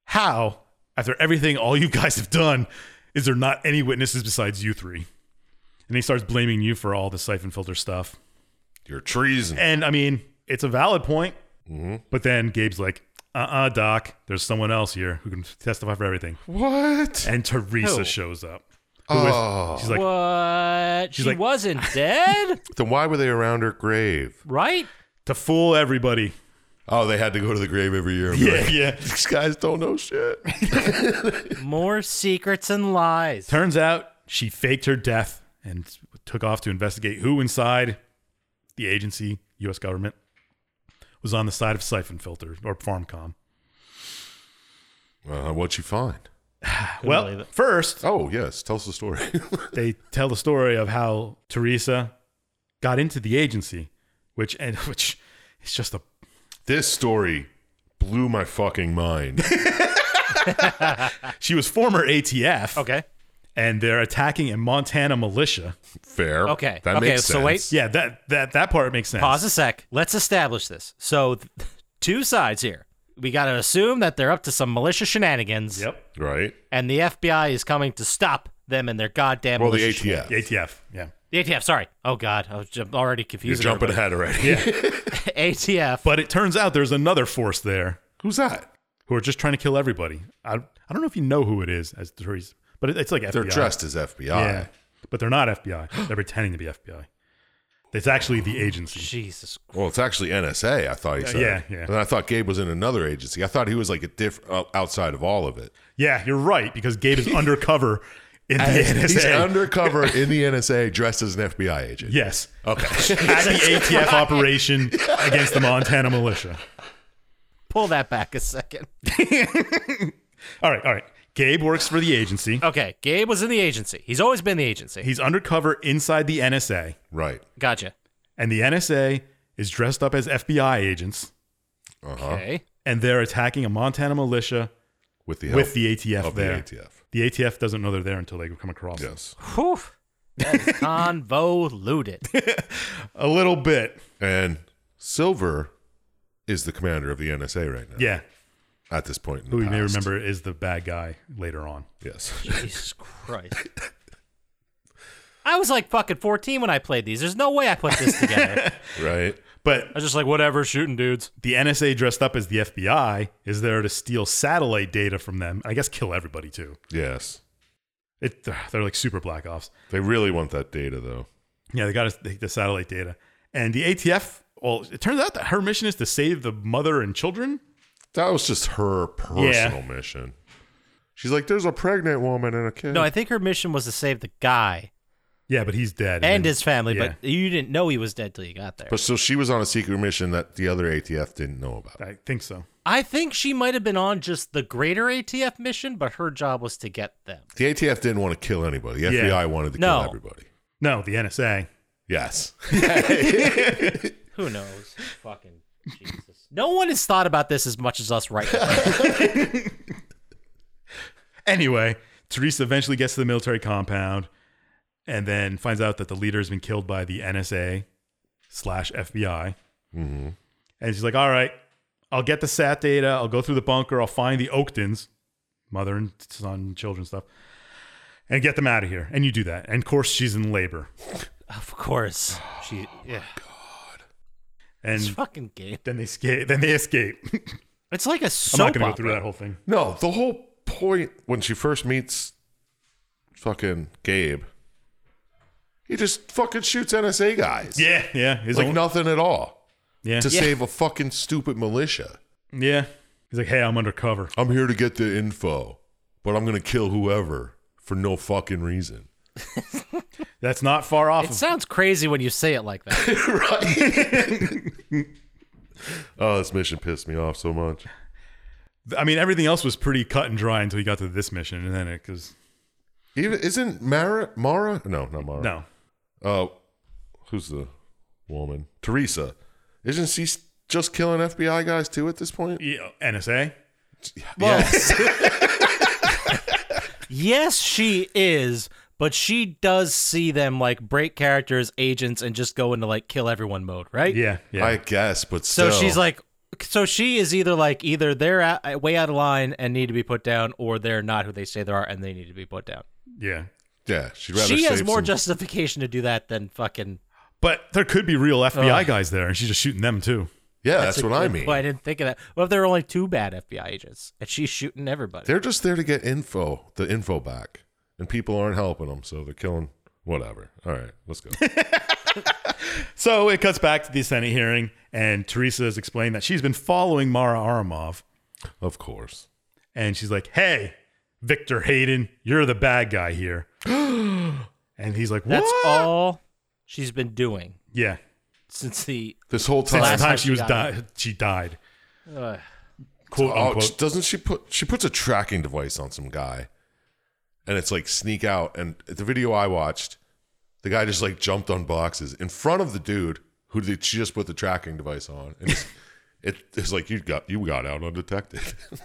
Speaker 6: How, after everything all you guys have done, is there not any witnesses besides you three? And he starts blaming you for all the siphon filter stuff.
Speaker 3: You're treason.
Speaker 6: And I mean, it's a valid point. But then Gabe's like, uh uh Doc, there's someone else here who can testify for everything.
Speaker 3: What?
Speaker 6: And Teresa
Speaker 4: Who?
Speaker 6: shows up.
Speaker 3: Oh.
Speaker 6: She's like,
Speaker 4: what? She
Speaker 6: like-
Speaker 4: wasn't dead,
Speaker 3: Then why were they around her grave?
Speaker 4: right?
Speaker 6: to fool everybody.
Speaker 3: Oh, they had to go to the grave every year. and be like,
Speaker 6: yeah.
Speaker 3: These guys don't know shit.
Speaker 4: More secrets and lies.
Speaker 6: Turns out she faked her death and took off to investigate who inside the agency, US government, was on the side of Siphon Filter or Farmcom.
Speaker 3: Uh, what'd you find?
Speaker 6: well,
Speaker 4: believe it.
Speaker 6: first,
Speaker 3: Oh, yes. Tell us the story.
Speaker 6: they tell the story of how Teresa got into the agency, which and which is just a
Speaker 3: this story blew my fucking mind.
Speaker 6: she was former ATF.
Speaker 4: Okay.
Speaker 6: And they're attacking a Montana militia.
Speaker 3: Fair.
Speaker 4: Okay.
Speaker 3: That
Speaker 4: Okay,
Speaker 3: makes sense.
Speaker 4: so wait.
Speaker 6: Yeah, that that that part makes sense.
Speaker 4: Pause a sec. Let's establish this. So, th- two sides here. We got to assume that they're up to some malicious shenanigans,
Speaker 6: Yep.
Speaker 3: Right?
Speaker 4: and the FBI is coming to stop them and their goddamn.
Speaker 3: Well, the
Speaker 4: malicious shenanigans.
Speaker 3: ATF.
Speaker 6: The ATF. Yeah.
Speaker 4: The ATF. Sorry. Oh God, I was ju- already
Speaker 3: You're
Speaker 4: confused.
Speaker 3: jumping ahead already.
Speaker 4: ATF.
Speaker 6: But it turns out there's another force there
Speaker 3: Who's that?
Speaker 6: who are just trying to kill everybody. I I don't know if you know who it is as Teresa, but it, it's like FBI.
Speaker 3: They're dressed as FBI.
Speaker 6: Yeah. But they're not FBI. They're pretending to be FBI. It's actually the agency.
Speaker 4: Jesus.
Speaker 3: Well, it's actually NSA. I thought he said.
Speaker 6: yeah, yeah.
Speaker 3: And I thought Gabe was in another agency. I thought he was like a diff uh, outside of all of it.
Speaker 6: Yeah, you're right because Gabe is undercover in the NSA.
Speaker 3: He's undercover in the NSA, dressed as an FBI agent.
Speaker 6: yes.
Speaker 3: Oh. Okay.
Speaker 6: at the ATF operation against the Montana militia.
Speaker 4: Pull that back a second.
Speaker 6: All right, all right. Gabe works for the agency.
Speaker 4: Okay, Gabe was in the agency. He's always been the agency.
Speaker 6: He's undercover inside the NSA,
Speaker 3: right.
Speaker 4: gotcha.
Speaker 6: and the NSA is dressed up as FBI agents
Speaker 3: Uh huh.
Speaker 4: Okay.
Speaker 6: and they're attacking a Montana militia
Speaker 3: with the help
Speaker 6: with the ATF
Speaker 3: of
Speaker 6: there.
Speaker 3: the ATF.
Speaker 6: The ATF doesn't know they're there until they come across. them.
Speaker 3: Yes.
Speaker 4: Whew. That is convoluted.
Speaker 6: A little bit.
Speaker 3: And Silver is the commander of the NSA right now.
Speaker 6: Yeah.
Speaker 3: At this point in the
Speaker 6: Who you may
Speaker 3: past.
Speaker 6: remember is the bad guy later on.
Speaker 3: Yes.
Speaker 4: Jesus Christ. I was like fucking 14 when I played these. There's no way I put this together.
Speaker 3: right.
Speaker 6: But
Speaker 4: I was just like, whatever, shooting dudes.
Speaker 6: the NSA dressed up as the FBI is there to steal satellite data from them. I guess kill everybody too.
Speaker 3: Yes.
Speaker 6: It, they're like super black ops.
Speaker 3: They really want that data though.
Speaker 6: Yeah, they got us the, the satellite data. And the ATF, well, it turns out that her mission is to save the mother and children.
Speaker 3: That was just her personal mission. She's like, there's a pregnant woman and a kid.
Speaker 4: No, I think her mission was to save the guy
Speaker 6: Yeah, but he's dead.
Speaker 4: and
Speaker 6: then-
Speaker 4: his family,
Speaker 6: yeah.
Speaker 4: but you didn't know he was dead till you got there.
Speaker 3: but so she was on a secret mission that the other ATF didn't know about.
Speaker 6: I think so.
Speaker 4: I think she might have been on just the greater ATF mission, but her job was to get them.
Speaker 3: The ATF didn't want to kill anybody. The
Speaker 6: Yeah.
Speaker 3: FBI wanted to
Speaker 4: No.
Speaker 3: kill everybody.
Speaker 6: No, the NSA.
Speaker 3: Yes.
Speaker 4: Who knows? Fucking Jesus. No one has thought about this as much as us right now.
Speaker 6: Anyway, Teresa eventually gets to the military compound and then finds out that the leader has been killed by the NSA slash FBI.
Speaker 3: hmm
Speaker 6: And she's like, all right, I'll get the SAT data. I'll go through the bunker. I'll find the Oaktons, mother and son, children stuff, and get them out of here. And you do that. And of course, she's in labor.
Speaker 4: of course. She yeah. It's
Speaker 6: And
Speaker 4: fucking game.
Speaker 6: then they escape. Then they escape. I'm
Speaker 4: It's like a soap
Speaker 6: not going to go
Speaker 4: opera.
Speaker 6: through that whole thing.
Speaker 3: No, the whole point when she first meets fucking Gabe, he just fucking shoots NSA guys.
Speaker 6: Yeah, yeah. His
Speaker 3: It's like
Speaker 6: own-
Speaker 3: nothing at all
Speaker 6: yeah,
Speaker 3: to save a fucking stupid militia.
Speaker 6: yeah. He's like, hey, I'm undercover.
Speaker 3: I'm here to get the info, but I'm going to kill whoever for no fucking reason.
Speaker 6: That's not far off.
Speaker 4: It
Speaker 6: of-
Speaker 4: sounds crazy when you say it like that.
Speaker 3: Oh, this mission pissed me off so much.
Speaker 6: I mean, everything else was pretty cut and dry until you got to this mission, and then it because
Speaker 3: Even isn't Mara Mara? No, not Mara.
Speaker 6: no,
Speaker 3: Uh, who's the woman? Teresa. Isn't she s- just killing FBI guys too at this point?
Speaker 6: yeah, NSA.
Speaker 3: yes.
Speaker 4: yes, she is, but she does see them like break characters, agents, and just go into like kill everyone mode, right?
Speaker 6: Yeah, yeah.
Speaker 3: I guess, but
Speaker 4: So
Speaker 3: still.
Speaker 4: she's like, so she is either like either they're out, way out of line and need to be put down, or they're not who they say they are and they need to be put down.
Speaker 6: yeah.
Speaker 3: yeah, she'd rather
Speaker 4: she has
Speaker 3: save
Speaker 4: more
Speaker 3: some-
Speaker 4: justification to do that than fucking.
Speaker 6: But there could be real FBI guys there, and she's just shooting them too.
Speaker 3: Yeah, that's,
Speaker 4: a
Speaker 3: what I
Speaker 4: good
Speaker 3: mean.
Speaker 4: point. I didn't think of that. What if there were only two bad FBI agents and she's shooting everybody?
Speaker 3: They're just there to get info, the info back, and people aren't helping them, so they're killing whatever. All right, let's go.
Speaker 6: So it cuts back to the Senate hearing, and Teresa has explained that she's been following Mara Aramov,
Speaker 3: of course.
Speaker 6: and she's like, "Hey, Victor Hayden, you're the bad guy here." and he's like, "What?"
Speaker 4: That's all she's been doing
Speaker 6: Yeah.
Speaker 4: since the.
Speaker 3: This whole
Speaker 6: Since
Speaker 3: time,
Speaker 6: the time
Speaker 4: time
Speaker 6: she,
Speaker 4: she
Speaker 6: was
Speaker 4: died.
Speaker 6: di- she died.
Speaker 4: Ugh.
Speaker 6: Quote
Speaker 3: Oh,
Speaker 6: unquote.
Speaker 3: she- doesn't she put she puts a tracking device on some guy, and it's like sneak out. And the video I watched, the guy just like jumped on boxes in front of the dude who did she just put the tracking device on, and it's, it, it's like you got you got out undetected.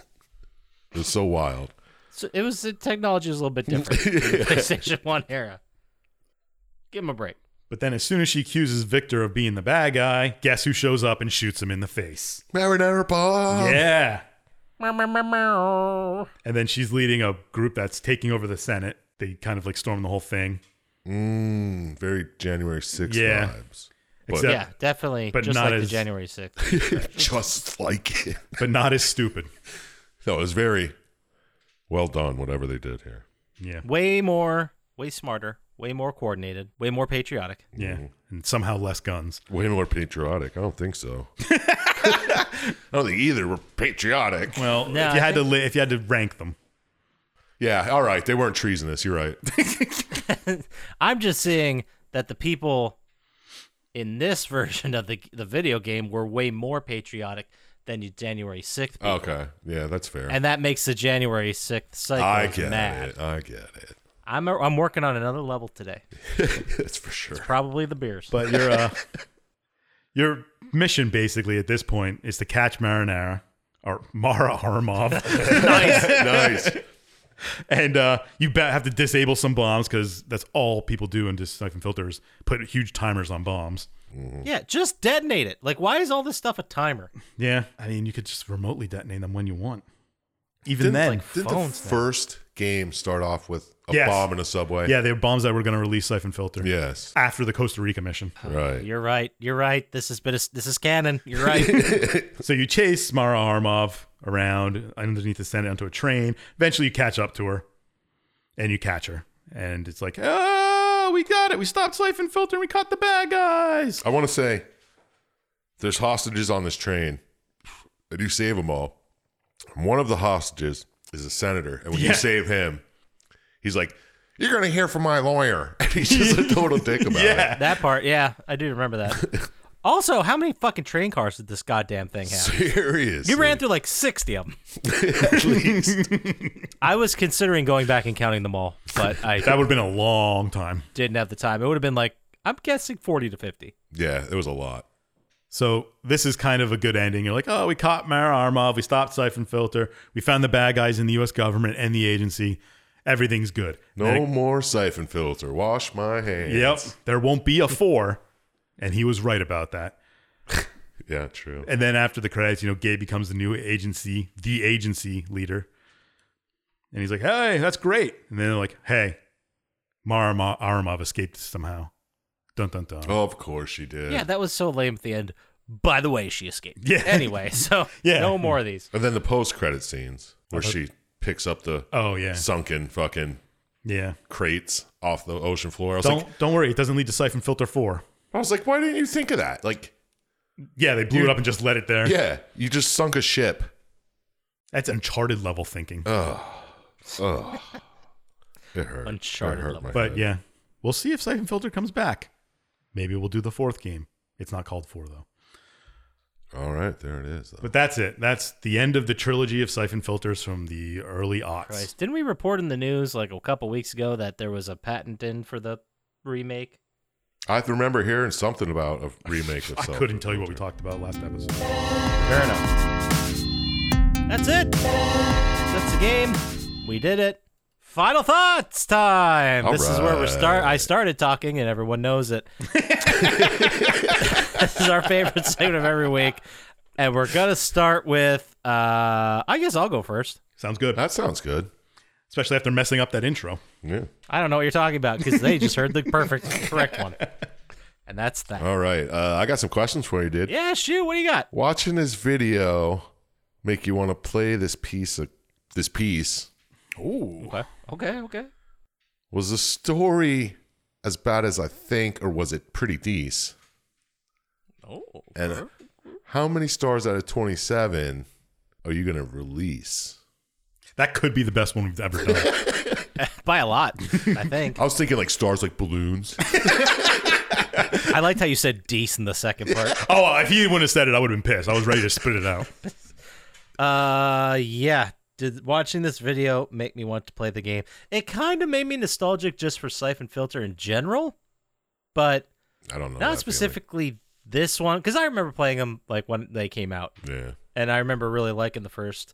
Speaker 3: it's so wild.
Speaker 4: So it was the technology was a little bit different. in the PlayStation One era. Give him a break.
Speaker 6: But then, as soon as she accuses Victor of being the bad guy, guess who shows up and shoots him in the face?
Speaker 3: Marinara Bob.
Speaker 6: yeah.
Speaker 4: Meow, meow, meow, meow.
Speaker 6: And then she's leading a group that's taking over the Senate. They kind of like storm the whole thing.
Speaker 3: Mm, very January 6th
Speaker 6: Yeah.
Speaker 3: vibes. But
Speaker 6: Except-
Speaker 4: yeah, definitely.
Speaker 6: but
Speaker 4: just
Speaker 6: not
Speaker 4: like
Speaker 6: as-
Speaker 4: the January sixth.
Speaker 3: just like it.
Speaker 6: but not as stupid.
Speaker 3: No, it was very well done, whatever they did here.
Speaker 6: Yeah.
Speaker 4: way more, way smarter, way more coordinated, way more patriotic.
Speaker 6: Yeah. And somehow less guns.
Speaker 3: Way more patriotic. I don't think so. I don't think either were patriotic.
Speaker 6: Well,
Speaker 4: No,
Speaker 6: if you
Speaker 4: I
Speaker 6: had to li- if you had to rank them.
Speaker 3: Yeah, all right. They weren't treasonous. You're right.
Speaker 4: I'm just saying that the people in this version of the the video game were way more patriotic than the January sixth,
Speaker 6: Oh,
Speaker 3: Okay. Yeah, that's fair.
Speaker 4: and that makes the January sixth cycle
Speaker 3: I get
Speaker 4: mad.
Speaker 3: it. I get it.
Speaker 4: I'm a, I'm working on another level today.
Speaker 3: That's for sure.
Speaker 4: Probably the beers.
Speaker 6: But your uh, your mission basically at this point is to catch Marinara or Mara Armov,
Speaker 3: nice.
Speaker 6: and uh, you bet have to disable some bombs because that's all people do in just siphon filters. Put huge timers on bombs.
Speaker 4: Yeah, just detonate it. Like, why is all this stuff a timer?
Speaker 6: Yeah, I mean you could just remotely detonate them when you want. Even
Speaker 3: Didn't,
Speaker 6: then,
Speaker 3: like, didn't the first game start off with a
Speaker 6: Yes.
Speaker 3: bomb in a subway?
Speaker 6: yeah, they were bombs that were going to release siphon filter.
Speaker 3: Yes.
Speaker 6: after the Costa Rica mission.
Speaker 3: Right.
Speaker 4: You're right. You're right. This has been a, this is canon. You're right.
Speaker 6: So you chase Mara Armov around underneath the Senate onto a train. Eventually, you catch up to her, and you catch her, and it's like, oh, we got it. We stopped siphon filter. and We caught the bad guys.
Speaker 3: I want to say there's hostages on this train. I do save them all. One of the hostages is a senator, and when you
Speaker 6: Yeah.
Speaker 3: save him, he's like, "You're gonna hear from my lawyer," and he's just a total dick about it.
Speaker 4: that part, yeah, I do remember that. Also, how many fucking train cars did this goddamn thing have?
Speaker 3: Serious.
Speaker 4: You ran through like 60 of them. I was considering going back and counting them all, but I
Speaker 6: That would have been a long time.
Speaker 4: didn't have the time. It would have been like, I'm guessing 40 to 50.
Speaker 3: Yeah, it was a lot.
Speaker 6: So this is kind of a good ending. You're like, oh, we caught Mara Armov. We stopped siphon filter. We found the bad guys in the U.S. government and the agency. Everything's good.
Speaker 3: No more siphon filter. Wash my hands.
Speaker 6: Yep. There won't be a four. And he was right about that.
Speaker 3: Yeah, true.
Speaker 6: And then after the credits, you know, Gabe becomes the new agency, the agency leader. And he's like, hey, that's great. And then they're like, hey, Mara Ma- Aramov escaped somehow. Dun dun dun.
Speaker 3: Of course she did.
Speaker 4: Yeah, that was so lame at the end. By the way, she escaped.
Speaker 6: Yeah.
Speaker 4: Anyway, so
Speaker 6: Yeah.
Speaker 4: no more of these.
Speaker 3: and then the post credit scenes where she picks up the
Speaker 6: Uh-huh. Oh yeah.
Speaker 3: sunken fucking
Speaker 6: Yeah.
Speaker 3: crates off the ocean floor. I was
Speaker 6: Don't
Speaker 3: like,
Speaker 6: don't worry, it doesn't lead to siphon filter four.
Speaker 3: I was like, why didn't you think of that? Like,
Speaker 6: Yeah, they blew it up and just let it there.
Speaker 3: yeah, you just sunk a ship.
Speaker 6: That's uncharted level thinking.
Speaker 3: Oh, it hurt.
Speaker 4: Uncharted
Speaker 3: It hurt
Speaker 4: level.
Speaker 3: my
Speaker 6: but
Speaker 3: head.
Speaker 6: yeah. We'll see if Siphon Filter comes back. Maybe we'll do the fourth game. It's not called four though.
Speaker 3: all right, there it is. though.
Speaker 6: But that's it. That's the end of the trilogy of siphon filters from the early aughts.
Speaker 4: Christ. Didn't we report in the news like a couple weeks ago that there was a patent in for the remake?
Speaker 3: I remember hearing something about a remake of.
Speaker 6: I
Speaker 3: Self
Speaker 6: couldn't tell you what we talked about last episode.
Speaker 4: Fair enough. That's it. That's the game. We did it. Final thoughts time. this is where we start. I started talking, and everyone knows it. this is our favorite segment of every week, and we're gonna start with. Uh, I guess I'll go first.
Speaker 6: Sounds good.
Speaker 3: That sounds good.
Speaker 6: Especially after messing up that intro.
Speaker 3: Yeah.
Speaker 4: I don't know what you're talking about because they just heard the perfect correct one, and that's that.
Speaker 3: All right. Uh, I got some questions for you, dude.
Speaker 4: Yeah, shoot. What do you got?
Speaker 3: Watching this video make you want to play this piece of this piece.
Speaker 4: Okay. Okay. Okay.
Speaker 3: Was the story as bad as I think, or was it pretty decent?
Speaker 4: Oh.
Speaker 3: And how many stars out of 27 are you going to release?
Speaker 6: That could be the best one we've ever done.
Speaker 4: By a lot, I think.
Speaker 3: I was thinking like stars like balloons.
Speaker 4: I liked how you said "decent" in the second part.
Speaker 6: oh, if he wouldn't have said it, I would have been pissed. I was ready to spit it out.
Speaker 4: Uh, yeah. Did watching this video make me want to play the game? It kind of made me nostalgic just for Siphon Filter in general, but
Speaker 3: Oh, I don't know.
Speaker 4: not
Speaker 3: that
Speaker 4: specifically this one because I remember playing them like when they came out,
Speaker 3: feeling. Yeah.
Speaker 4: and I remember really liking the first,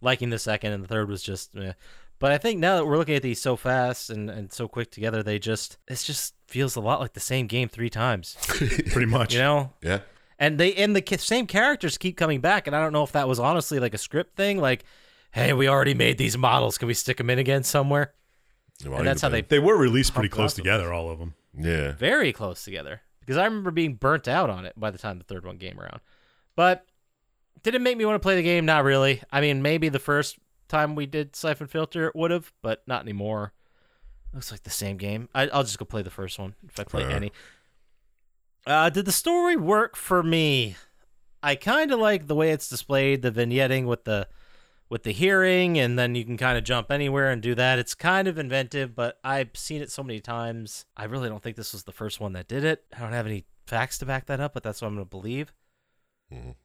Speaker 4: liking the second, and the third was just. eh. But I think now that we're looking at these so fast and and so quick together, they just it just feels a lot like the same game three times.
Speaker 6: Pretty much.
Speaker 4: You know,
Speaker 3: Yeah.
Speaker 4: and they and the ki- same characters keep coming back and i don't know if that was honestly like a script thing like hey we already made these models can we stick them in again somewhere
Speaker 3: Well,
Speaker 4: and that's how they
Speaker 6: They were released pretty close together, all of them.
Speaker 3: Yeah.
Speaker 4: very close together because i remember being burnt out on it by the time the third one came around but did it make me want to play the game not really i mean maybe the first time we did siphon filter it would have but not anymore looks like the same game I, i'll just go play the first one if i play
Speaker 3: Fair.
Speaker 4: any uh, did the story work for me I kind of like the way it's displayed, the vignetting with the with the hearing, and then you can kind of jump anywhere and do that. It's kind of inventive, but I've seen it so many times. I really don't think this was the first one that did it. I don't have any facts to back that up, but that's what I'm going to believe.
Speaker 3: Mhm.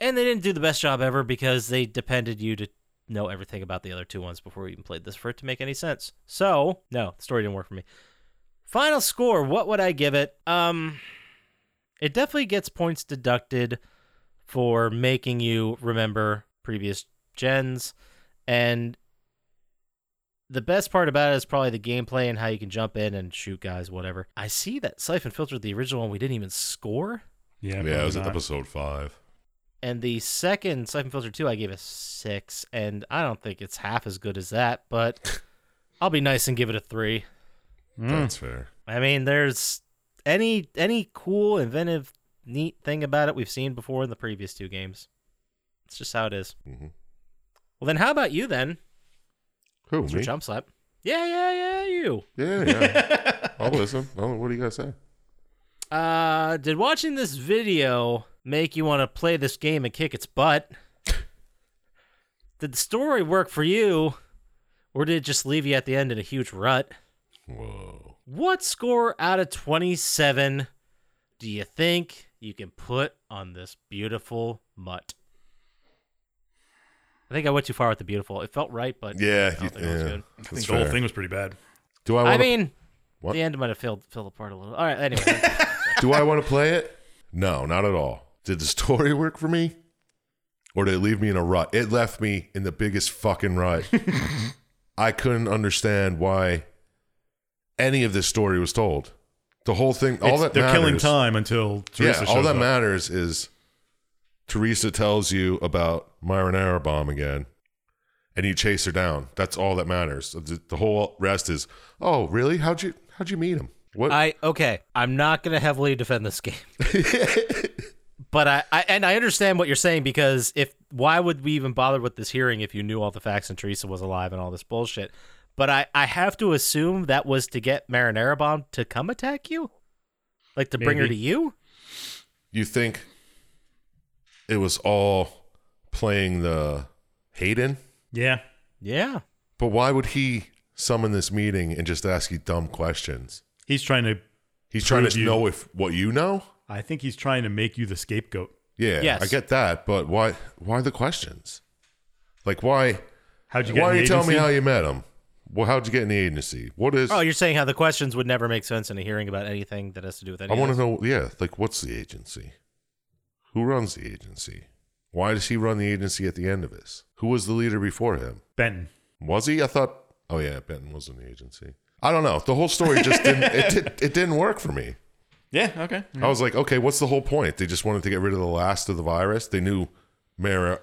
Speaker 4: And they didn't do the best job ever because they depended you to know everything about the other two ones before we even played this for it to make any sense. So, no, the story didn't work for me. Final score, what would I give it? Um it definitely gets points deducted for making you remember previous gens. And the best part about it is probably the gameplay and how you can jump in and shoot guys, whatever. I see that Siphon Filtered, the original one, we didn't even score.
Speaker 6: Yeah,
Speaker 3: yeah, it was
Speaker 6: probably not.
Speaker 3: episode five.
Speaker 4: And the second Siphon Filter 2, I gave a 6, and I don't think it's half as good as that, but I'll be nice and give it a 3. Mm.
Speaker 3: That's fair.
Speaker 4: I mean, there's any any cool, inventive, neat thing about it we've seen before in the previous two games. It's just how it is.
Speaker 3: Mhm.
Speaker 4: Well, then how about you then,
Speaker 3: Who
Speaker 4: Mr.
Speaker 3: me?
Speaker 4: Jump Slap? Yeah, yeah, yeah, you.
Speaker 3: Yeah, yeah. I'll listen. I'll- what do you guys say?
Speaker 4: Uh, did watching this video make you want to play this game and kick its butt? did the story work for you, or did it just leave you at the end in a huge rut?
Speaker 3: Whoa.
Speaker 4: What score out of 27 do you think you can put on this beautiful mutt? I think I went too far with the beautiful. It felt right, but
Speaker 3: Yeah,
Speaker 4: I don't
Speaker 3: you-
Speaker 4: think it was
Speaker 3: yeah.
Speaker 4: good.
Speaker 6: I
Speaker 3: That's
Speaker 6: think the whole
Speaker 3: fair.
Speaker 6: thing was pretty bad.
Speaker 3: Do I
Speaker 4: I
Speaker 3: want? to
Speaker 4: mean,
Speaker 3: What?
Speaker 4: the end might have filled filled apart a little. All right, anyway.
Speaker 3: do I want to play it? No, not at all. Did the story work for me, or did it leave me in a rut? It left me in the biggest fucking rut. I couldn't understand why any of this story was told. The whole thing, all
Speaker 6: It's-
Speaker 3: that
Speaker 6: they're killing
Speaker 3: matters-
Speaker 6: time until Teresa
Speaker 3: yeah, all
Speaker 6: shows
Speaker 3: that
Speaker 6: up.
Speaker 3: matters is Teresa tells you about Myron Arabom again, and you chase her down. That's all that matters. The, the whole rest is, oh, really? How'd you how'd you meet him? What?
Speaker 4: I okay. I'm not gonna heavily defend this game, but I, I and I understand what you're saying because if why would we even bother with this hearing if you knew all the facts and Teresa was alive and all this bullshit? But I I have to assume that was to get Marinara Bomb to come attack you, like to bring her to
Speaker 6: Maybe.
Speaker 4: you.
Speaker 3: you think it was all playing the Hayden?
Speaker 6: Yeah,
Speaker 4: Yeah,
Speaker 3: But why would he summon this meeting and just ask you dumb questions?
Speaker 6: he's trying to.
Speaker 3: He's trying
Speaker 6: Prove
Speaker 3: to
Speaker 6: you-
Speaker 3: know if what you know.
Speaker 6: I think he's trying to make you the scapegoat.
Speaker 3: Yeah,
Speaker 4: Yes.
Speaker 3: I get that, but why? Why the questions? Like why?
Speaker 6: How'd you get?
Speaker 3: Why
Speaker 6: an
Speaker 3: don't you tell me
Speaker 6: agency?
Speaker 3: how you met him? Well, how'd you get in the agency? What is?
Speaker 4: Oh, you're saying how the questions would never make sense in a hearing about anything that has to do with
Speaker 3: I
Speaker 4: anything.
Speaker 3: want to know. Yeah, like what's the agency? Who runs the agency? Why does he run the agency at the end of this? Who was the leader before him?
Speaker 6: Benton?
Speaker 3: Was he? I thought. Oh yeah, Benton was in the agency. I don't know. The whole story just didn't. It, did, it didn't work for me.
Speaker 7: Yeah. Okay.
Speaker 3: I was like, okay, what's the whole point? They just wanted to get rid of the last of the virus. They knew Mara,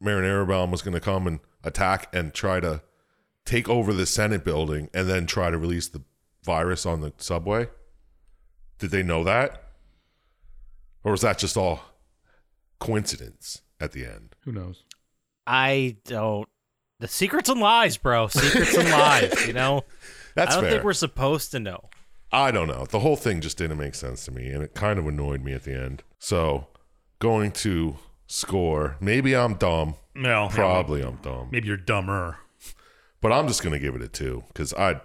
Speaker 3: Marin Arabelm was going to come and attack and try to take over the Senate building and then try to release the virus on the subway. Did they know that? Or was that just all coincidence at the end?
Speaker 6: Who knows?
Speaker 4: I don't. The secrets and lies, bro. Secrets and lies. You know.
Speaker 3: That's
Speaker 4: I don't
Speaker 3: fair.
Speaker 4: think we're supposed to know.
Speaker 3: I don't know. The whole thing just didn't make sense to me, and it kind of annoyed me at the end. So, going to score, maybe I'm dumb.
Speaker 6: No,
Speaker 3: Probably I'm dumb.
Speaker 6: Maybe you're dumber.
Speaker 3: But I'm just gonna give it a two because I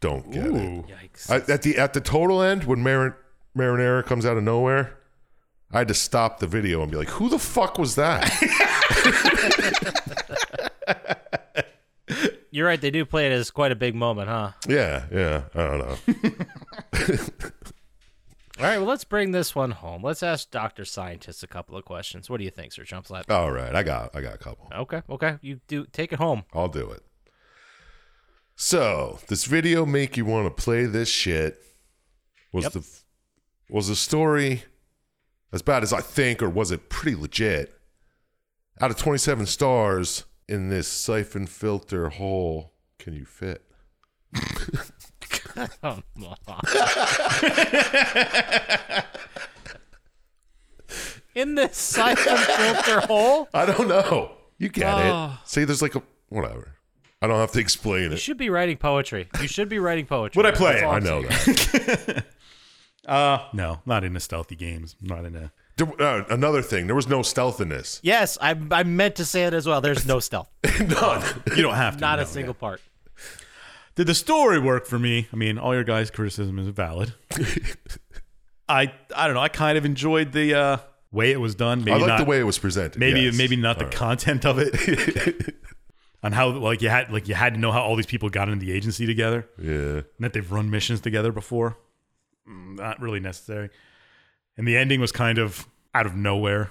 Speaker 3: don't get
Speaker 6: Ooh,
Speaker 4: Yikes.
Speaker 3: it. I, at the at the total end, when Marin Marinera comes out of nowhere, I had to stop the video and be like, "Who the fuck was that?"
Speaker 4: You're right. They do play it as quite a big moment, huh?
Speaker 3: yeah, yeah. I don't know.
Speaker 4: All right. Well, let's bring this one home. Let's ask Doctor Scientist a couple of questions. What do you think, Sir Jumpslap?
Speaker 3: All right, I got I got a couple.
Speaker 4: Okay. Okay. You do take it home.
Speaker 3: I'll do it. So this video make you want to play this shit was the was the story as bad as I think, or was it pretty legit? Out of twenty seven stars in this siphon filter hole, can you fit?
Speaker 4: Oh, In this siphon filter hole,
Speaker 3: I don't know. You get
Speaker 4: Oh.
Speaker 6: Ah.
Speaker 3: it. See, there's like a whatever. I don't have to explain
Speaker 4: you
Speaker 3: it.
Speaker 4: should be writing poetry. You should be writing poetry.
Speaker 6: Would I play
Speaker 4: That's
Speaker 6: it?
Speaker 4: all
Speaker 3: I
Speaker 4: I'm
Speaker 3: know
Speaker 4: saying.
Speaker 3: that.
Speaker 6: Uh, no, not into stealthy games. Not into.
Speaker 3: There- uh, another thing, there was no stealth in this.
Speaker 4: Yes, I, I meant to say it as well. There's no stealth.
Speaker 3: None.
Speaker 6: You don't have to.
Speaker 4: Not
Speaker 6: no,
Speaker 4: a single part.
Speaker 6: yeah. Did the story work for me? I mean, all your guys' criticism is valid. I I don't know. I kind of enjoyed the uh, way it was done. Maybe
Speaker 3: I like
Speaker 6: not,
Speaker 3: the way it was presented.
Speaker 6: Maybe
Speaker 3: yes.
Speaker 6: maybe not the content of it. On how like you had like you had to know how all these people got into the agency together.
Speaker 3: Yeah.
Speaker 6: and that they've run missions together before. Mm, Not really necessary. And the ending was kind of out of nowhere.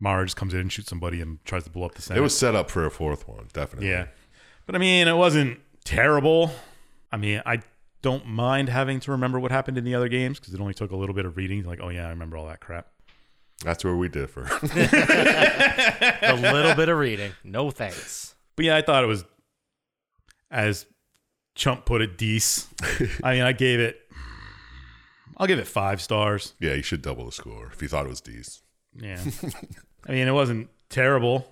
Speaker 6: Mara just comes in and shoots somebody and tries to blow up the Senate.
Speaker 3: It was set up for a fourth one, definitely.
Speaker 6: yeah, but I mean, it wasn't terrible. I mean, I don't mind having to remember what happened in the other games because it only took a little bit of reading. Like, oh yeah, I remember all that crap.
Speaker 3: That's where we differ.
Speaker 4: a little bit of reading. No thanks.
Speaker 6: But yeah, I thought it was, as Chump put it, dece. I mean, I gave it, I'll give it five stars.
Speaker 3: yeah, you should double the score if you thought it was D's.
Speaker 6: Yeah. I mean, it wasn't terrible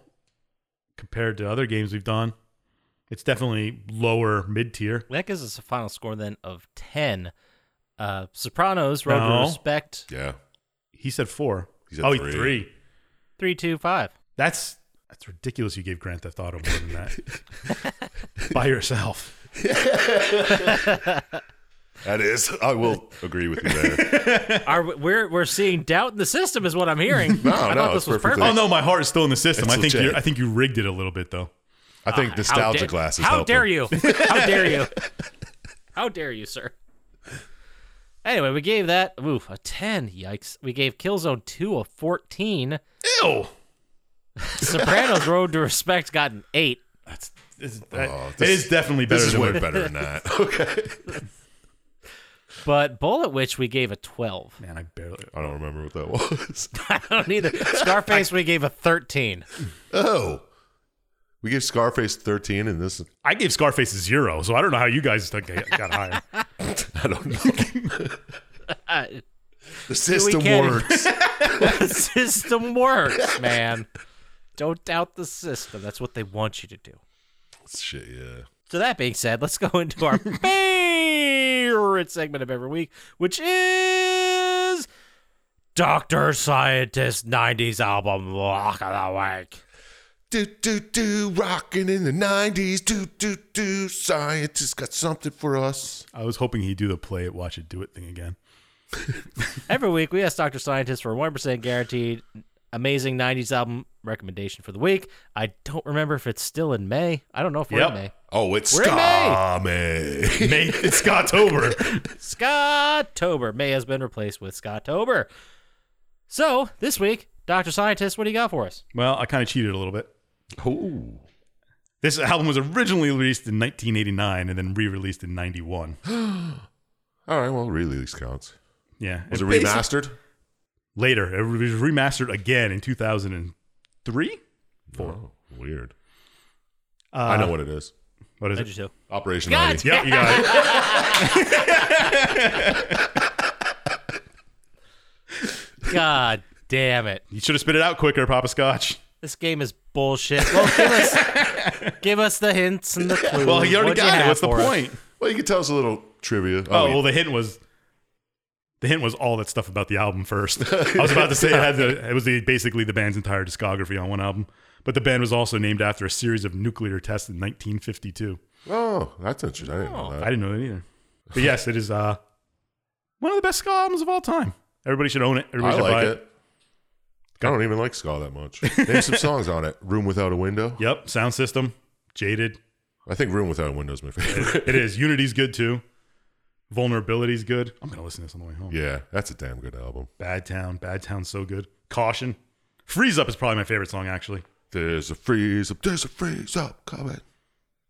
Speaker 6: compared to other games we've done. It's definitely lower mid tier.
Speaker 4: That gives us a final score then of 10. Uh, Sopranos, Road
Speaker 6: No.
Speaker 4: to Respect,
Speaker 3: Yeah.
Speaker 6: He said four.
Speaker 3: He said
Speaker 6: oh,
Speaker 3: three.
Speaker 6: he three.
Speaker 4: 325.
Speaker 6: That's that's ridiculous. You gave Grand Theft Auto more than that by yourself.
Speaker 3: That is. I will agree with you there.
Speaker 4: Are we- we're we're seeing doubt in the system is what I'm hearing.
Speaker 3: No,
Speaker 4: I
Speaker 3: no,
Speaker 4: thought this
Speaker 3: it's
Speaker 4: was
Speaker 3: perfectly-
Speaker 4: perfect.
Speaker 6: Oh no, my heart is still in the system.
Speaker 3: It's
Speaker 6: I think
Speaker 3: legit.
Speaker 6: you I think you rigged it a little bit though.
Speaker 3: I think
Speaker 4: How
Speaker 3: nostalgia
Speaker 4: dare-
Speaker 3: glasses
Speaker 4: How
Speaker 3: help
Speaker 4: dare
Speaker 3: him.
Speaker 4: you? How dare you? How dare you, sir? Anyway, we gave that oof, a 10. Yikes. We gave Killzone 2 a 14.
Speaker 6: Ew.
Speaker 4: Sopranos Road to Respect got an 8.
Speaker 6: That's this, that,
Speaker 3: Oh,
Speaker 6: it
Speaker 3: this-
Speaker 6: is definitely better
Speaker 3: This is
Speaker 6: than
Speaker 3: way
Speaker 6: what
Speaker 3: better than that. Okay.
Speaker 4: But Bullet Witch we gave a 12.
Speaker 6: Man, I barely
Speaker 3: I don't remember what that was.
Speaker 4: I don't either. Scarface we gave a 13.
Speaker 3: Oh. We gave Scarface 13 and this
Speaker 6: I gave Scarface a zero, so I don't know how you guys think they got higher.
Speaker 3: I don't know.
Speaker 4: Uh,
Speaker 3: The system
Speaker 4: can't-
Speaker 3: works.
Speaker 4: the system works, man. Don't doubt the system. That's what they want you to do.
Speaker 3: Shit, yeah.
Speaker 4: So that being said, let's go into our favorite segment of every week, which is Doctor Scientist '90s album Rock of the Week.
Speaker 3: Do do do rocking in the nineties. Do do do scientists got something for us.
Speaker 6: I was hoping he'd do the play it, watch it, do it thing again.
Speaker 4: Every week, we ask Doctor Scientist for a one percent guaranteed amazing '90s album recommendation for the week. I don't remember if it's still in May. I don't know if we're
Speaker 6: Yep.
Speaker 4: in May.
Speaker 3: Oh, it's
Speaker 4: We're in
Speaker 3: May.
Speaker 6: May it's October.
Speaker 4: Scottober. May has been replaced with Scottober. So this week, Doctor Scientist, what do you got for us?
Speaker 6: well, I kind of cheated a little bit.
Speaker 3: Ooh.
Speaker 6: This album was originally released in 1989 and then re-released in 91.
Speaker 3: All right, well, release counts.
Speaker 6: Yeah,
Speaker 3: Was it
Speaker 6: and basi-
Speaker 3: remastered?
Speaker 6: Later, it was remastered again in 2003.
Speaker 3: Oh, weird.
Speaker 6: Uh,
Speaker 3: I know what it is.
Speaker 6: What is
Speaker 4: How'd you
Speaker 6: it?
Speaker 4: do?
Speaker 3: Operation
Speaker 4: God
Speaker 3: Ivy.
Speaker 6: Yep, you got it.
Speaker 4: God damn it.
Speaker 6: You should have spit it out quicker, Papa Scotch.
Speaker 4: This game is bullshit. Well, give us, give us the hints and the clues.
Speaker 6: Well, you already
Speaker 4: What do
Speaker 6: got it.
Speaker 4: have
Speaker 6: What's the
Speaker 4: for us?
Speaker 6: point?
Speaker 3: Well, you can tell us a little trivia.
Speaker 6: Oh,
Speaker 3: yeah.
Speaker 6: well, the hint was the hint was all that stuff about the album first. I was about to say it had the it was the, basically the band's entire discography on one album, but the band was also named after a series of nuclear tests in 1952.
Speaker 3: oh, that's interesting. I didn't know
Speaker 6: I
Speaker 3: that.
Speaker 6: didn't know that either. But yes, it is uh, one of the best ska albums of all time. Everybody should own it.
Speaker 3: I,
Speaker 6: Everybody should
Speaker 3: like
Speaker 6: buy
Speaker 3: it. I don't even like ska that much. Name some songs on it. Room Without a Window.
Speaker 6: Yep, Sound System, Jaded.
Speaker 3: I think Room Without a Window is my favorite.
Speaker 6: It is. Unity's good too. Vulnerability's good. I'm gonna listen to this on the way home.
Speaker 3: yeah, that's a damn good album.
Speaker 6: Bad Town, Bad Town's so good. Caution, Freeze Up is probably my favorite song actually.
Speaker 3: There's a freeze up. There's a freeze up coming.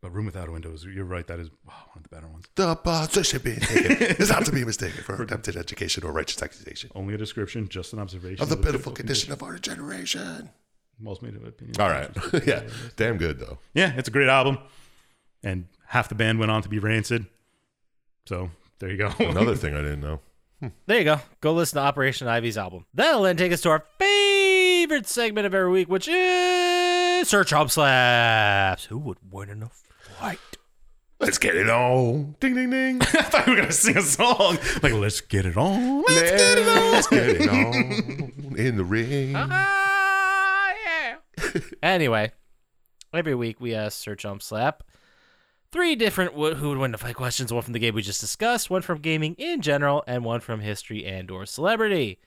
Speaker 6: But Room Without a Window is, you're right, that is wow, one of the better ones.
Speaker 3: The position being taken is not to be mistaken for attempted education or righteous accusation
Speaker 6: Only a description, just an observation.
Speaker 3: of the pitiful condition of our generation.
Speaker 6: Most made of opinion.
Speaker 3: All right. yeah. Damn good, though.
Speaker 6: Yeah, it's a great album. And half the band went on to be Rancid. So there you go.
Speaker 3: Another thing I didn't know.
Speaker 4: There you go. Go listen to Operation Ivy's album. That'll then take us to our favorite segment of every week, which is Sir Chomp Slaps. Who would win in a fight?
Speaker 3: Let's get it on. Ding, ding, ding.
Speaker 6: I thought we were going to sing a song. Like, let's get it on.
Speaker 3: Let's get it on. Let's get it on. In the ring.
Speaker 4: Ah, yeah. anyway, every week we ask Sir Chomp Slap three different wh- who would win the fight questions: one from the game we just discussed, one from gaming in general, and one from history and/or celebrity.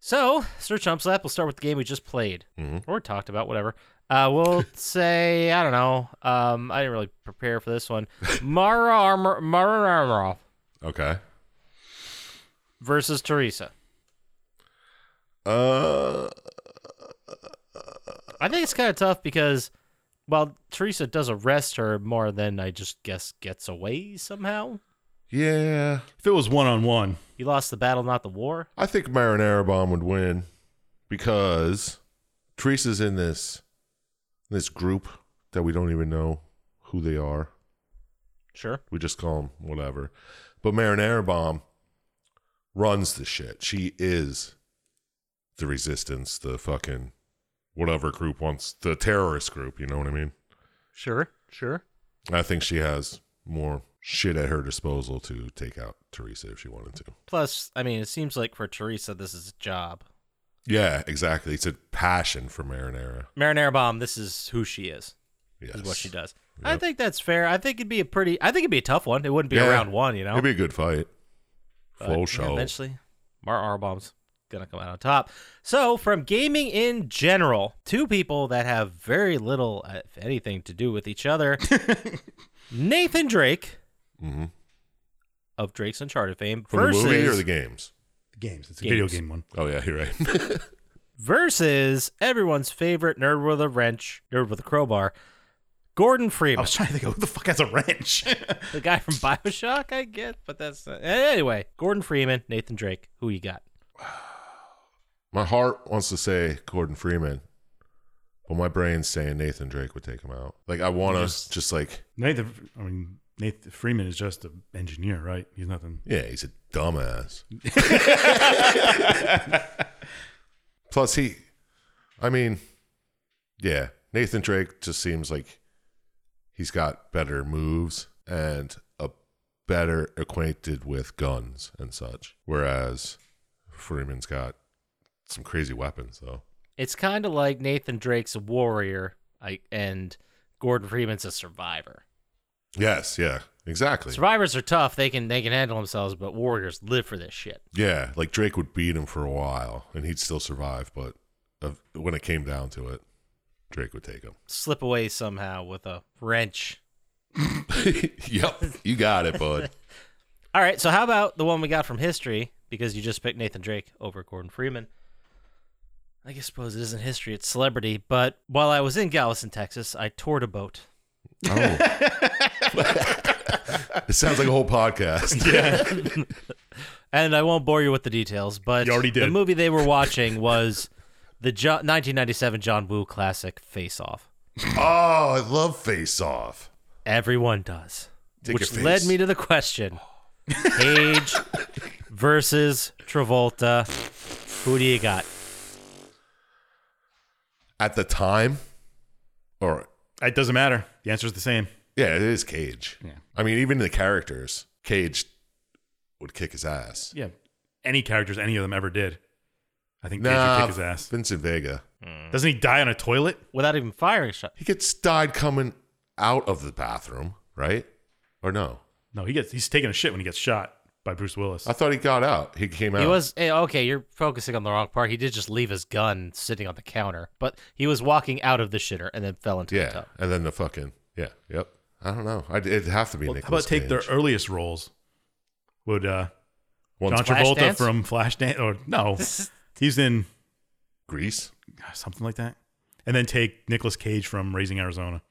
Speaker 4: So, Sir Chomp Slap, we'll start with the game we just played or talked about, whatever. Uh, we'll say I don't know. Um, I didn't really prepare for this one. Mara Armor, Mara Armorov
Speaker 3: Okay.
Speaker 4: versus Teresa.
Speaker 3: Uh,
Speaker 4: I think it's kind of tough because, well, Teresa does arrest her more than I just guess gets away somehow.
Speaker 3: Yeah,
Speaker 6: If it was one on one,
Speaker 4: He lost the battle, not the war.
Speaker 3: I think Myron Arabon would win because Teresa's in this this group that we don't even know who they are.
Speaker 4: Sure.
Speaker 3: We just call them whatever. But Marin Arabom runs the shit. She is the resistance, the fucking whatever group wants, the terrorist group. You know what I mean?
Speaker 4: Sure. Sure.
Speaker 3: I think she has more shit at her disposal to take out Teresa if she wanted to.
Speaker 4: Plus, I mean, it seems like for Teresa, this is a job.
Speaker 3: Yeah, exactly. It's a passion for Marinara.
Speaker 4: Marinara Bomb, this is who she is,
Speaker 3: Yes.
Speaker 4: is what she does. I
Speaker 3: Yep.
Speaker 4: think that's fair. I think it'd be a pretty, I think it'd be a tough one. It wouldn't be
Speaker 3: Yeah.
Speaker 4: a round one, you know?
Speaker 3: It'd be a good fight.
Speaker 4: But,
Speaker 3: Full
Speaker 4: yeah,
Speaker 3: show.
Speaker 4: Eventually, Mar Arbomb's gonna come out on top. So, from gaming in general, two people that have very little, uh, if anything, to do with each other. Nathan Drake
Speaker 3: Mhm.
Speaker 4: of Drake's Uncharted fame
Speaker 3: For
Speaker 4: versus
Speaker 3: the movie or the games?
Speaker 7: Games. It's
Speaker 6: it's a video
Speaker 4: Games.
Speaker 6: game one.
Speaker 3: Oh, yeah, you're right.
Speaker 4: versus everyone's favorite nerd with a wrench, nerd with a crowbar, Gordon
Speaker 7: I
Speaker 4: Freeman,
Speaker 3: Oh,
Speaker 7: was trying to think of who the fuck has a wrench.
Speaker 4: the guy from Bioshock. I get, but that's not... anyway. Gordon Freeman, Nathan Drake. Who you got?
Speaker 3: My heart wants to say Gordon Freeman, but my brain's saying Nathan Drake would take him out. Like I want to just, like,
Speaker 6: Nathan, I mean Nathan Freeman is just an engineer, right? He's nothing.
Speaker 3: yeah, he's a dumbass. Plus, he, I mean, yeah, Nathan Drake just seems like he's got better moves and a better acquainted with guns and such. Whereas Freeman's got some crazy weapons though.
Speaker 4: It's kind of like Nathan Drake's a warrior, I, and Gordon Freeman's a survivor.
Speaker 3: Yes, yeah, exactly.
Speaker 4: Survivors are tough; they can they can handle themselves, but warriors live for this shit.
Speaker 3: Yeah, like Drake would beat him for a while, and he'd still survive. But uh, when it came down to it, Drake would take him.
Speaker 4: Slip away somehow with a wrench.
Speaker 3: yep, you got it, bud.
Speaker 4: All right, so how about the one we got from history? Because you just picked Nathan Drake over Gordon Freeman. I guess suppose it isn't history, it's celebrity. But while I was in Galveston, Texas, I toured a boat.
Speaker 3: Oh. it sounds like a whole podcast.
Speaker 4: And I won't bore you with the details, but
Speaker 6: You already
Speaker 4: the
Speaker 6: did.
Speaker 4: movie they were watching was the jo- 1997 John Woo classic Face Off.
Speaker 3: Oh, I love Face Off.
Speaker 4: Everyone does.
Speaker 3: Take
Speaker 4: which
Speaker 3: your face.
Speaker 4: led me to the question Cage versus Travolta. Who do you got?
Speaker 3: At the time, or
Speaker 6: It doesn't matter. The answer is the same.
Speaker 3: yeah, it is Cage.
Speaker 6: Yeah.
Speaker 3: I mean, even the characters, Cage would kick his ass.
Speaker 6: Yeah, any characters any of them ever did. I think Cage
Speaker 3: Nah,
Speaker 6: would kick his ass.
Speaker 3: Vincent Vega.
Speaker 6: Doesn't he die on a toilet?
Speaker 4: Without even firing a shot.
Speaker 3: He gets died coming out of the bathroom, right? Or no?
Speaker 6: No, he gets he's taking a shit when he gets shot by Bruce Willis.
Speaker 3: I thought he got out. He came out.
Speaker 4: He was eh, okay. You're focusing on the wrong part. He did just leave his gun sitting on the counter, but he was walking out of the shitter and then fell into
Speaker 3: Yeah,
Speaker 4: the tub.
Speaker 3: and then the fucking yeah, yep. I don't know. I, it'd have to be
Speaker 6: Well, how about
Speaker 3: Nicholas.
Speaker 6: take their
Speaker 3: Cage.
Speaker 6: earliest roles? Would uh,
Speaker 3: Once
Speaker 6: John
Speaker 4: Flashdance?
Speaker 6: Travolta from Flashdance or no? he's in
Speaker 3: Greece.
Speaker 6: something like that. And then take Nicolas Cage from Raising Arizona.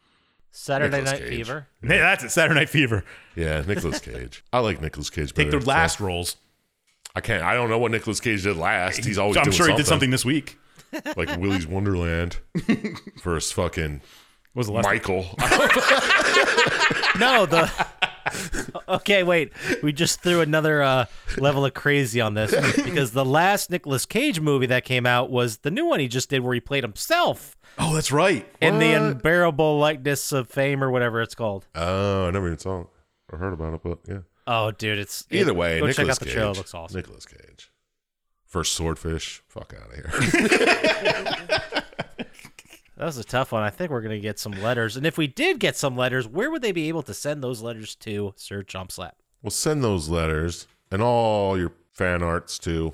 Speaker 4: Saturday
Speaker 3: Nicolas
Speaker 4: Night
Speaker 3: Cage.
Speaker 4: Fever.
Speaker 6: Hey, that's it. Saturday Night Fever.
Speaker 3: Yeah, Nicholas Cage. I like Nicholas Cage.
Speaker 6: Take
Speaker 3: better,
Speaker 6: their last
Speaker 3: so-
Speaker 6: roles.
Speaker 3: I can't. I don't know what Nicholas Cage did last. He's always.
Speaker 6: I'm
Speaker 3: doing
Speaker 6: sure he did something this week.
Speaker 3: like Willy's Wonderland. First fucking
Speaker 6: What was the last?
Speaker 3: Michael.
Speaker 4: No, the. okay, wait. We just threw another uh, level of crazy on this because the last Nicolas Cage movie that came out was the new one he just did, where he played himself
Speaker 6: Oh, that's right.
Speaker 4: in the
Speaker 3: What?
Speaker 4: unbearable likeness of fame or whatever it's called.
Speaker 3: oh, I never even saw it or heard about it, but yeah.
Speaker 4: Oh, dude, it's it-
Speaker 3: Either way,
Speaker 4: Go
Speaker 3: Nicholas
Speaker 4: check out the
Speaker 3: Cage.
Speaker 4: trailer. It looks awesome.
Speaker 3: Nicholas Cage. First swordfish. Fuck out of here.
Speaker 4: That was a tough one. I think we're gonna get some letters, and if we did get some letters, where would they be able to send those letters to Sir Jumpslap?
Speaker 3: Well, send those letters and all your fan arts to,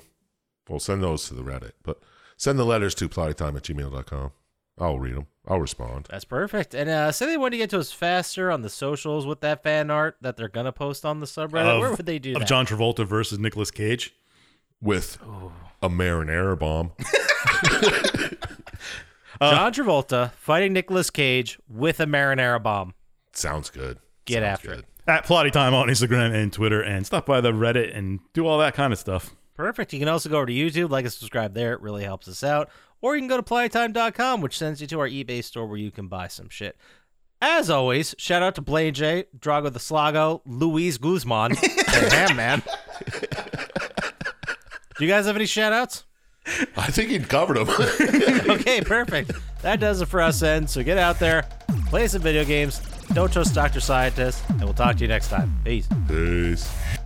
Speaker 3: well, send those to the Reddit, but send the letters to plottytime at gmail.com. I'll read them. I'll respond.
Speaker 4: That's perfect. And uh, say they want to get to us faster on the socials with that fan art that they're gonna post on the subreddit.
Speaker 6: Of-
Speaker 4: Where would they do
Speaker 6: Of
Speaker 4: that?
Speaker 6: John Travolta versus Nicolas Cage.
Speaker 3: With a marinara bomb.
Speaker 4: John Travolta fighting Nicolas Cage with a marinara bomb.
Speaker 3: Sounds good. Sounds
Speaker 4: Get after it.
Speaker 6: At Plotty Time on Instagram and Twitter, and stop by the Reddit and do all that kind of stuff.
Speaker 4: Perfect. You can also go over to YouTube, like and subscribe there. It really helps us out. Or you can go to playtime.com, which sends you to our eBay store where you can buy some shit. As always, shout out to Blaine J, Drago the Slago, Luis Guzman, and Ham Man. Do you guys have any shout outs?
Speaker 3: I think he covered them.
Speaker 4: Okay, perfect. That does it for us then. So get out there, play some video games, don't trust Dr. Scientist, and we'll talk to you next time. Peace.
Speaker 3: Peace.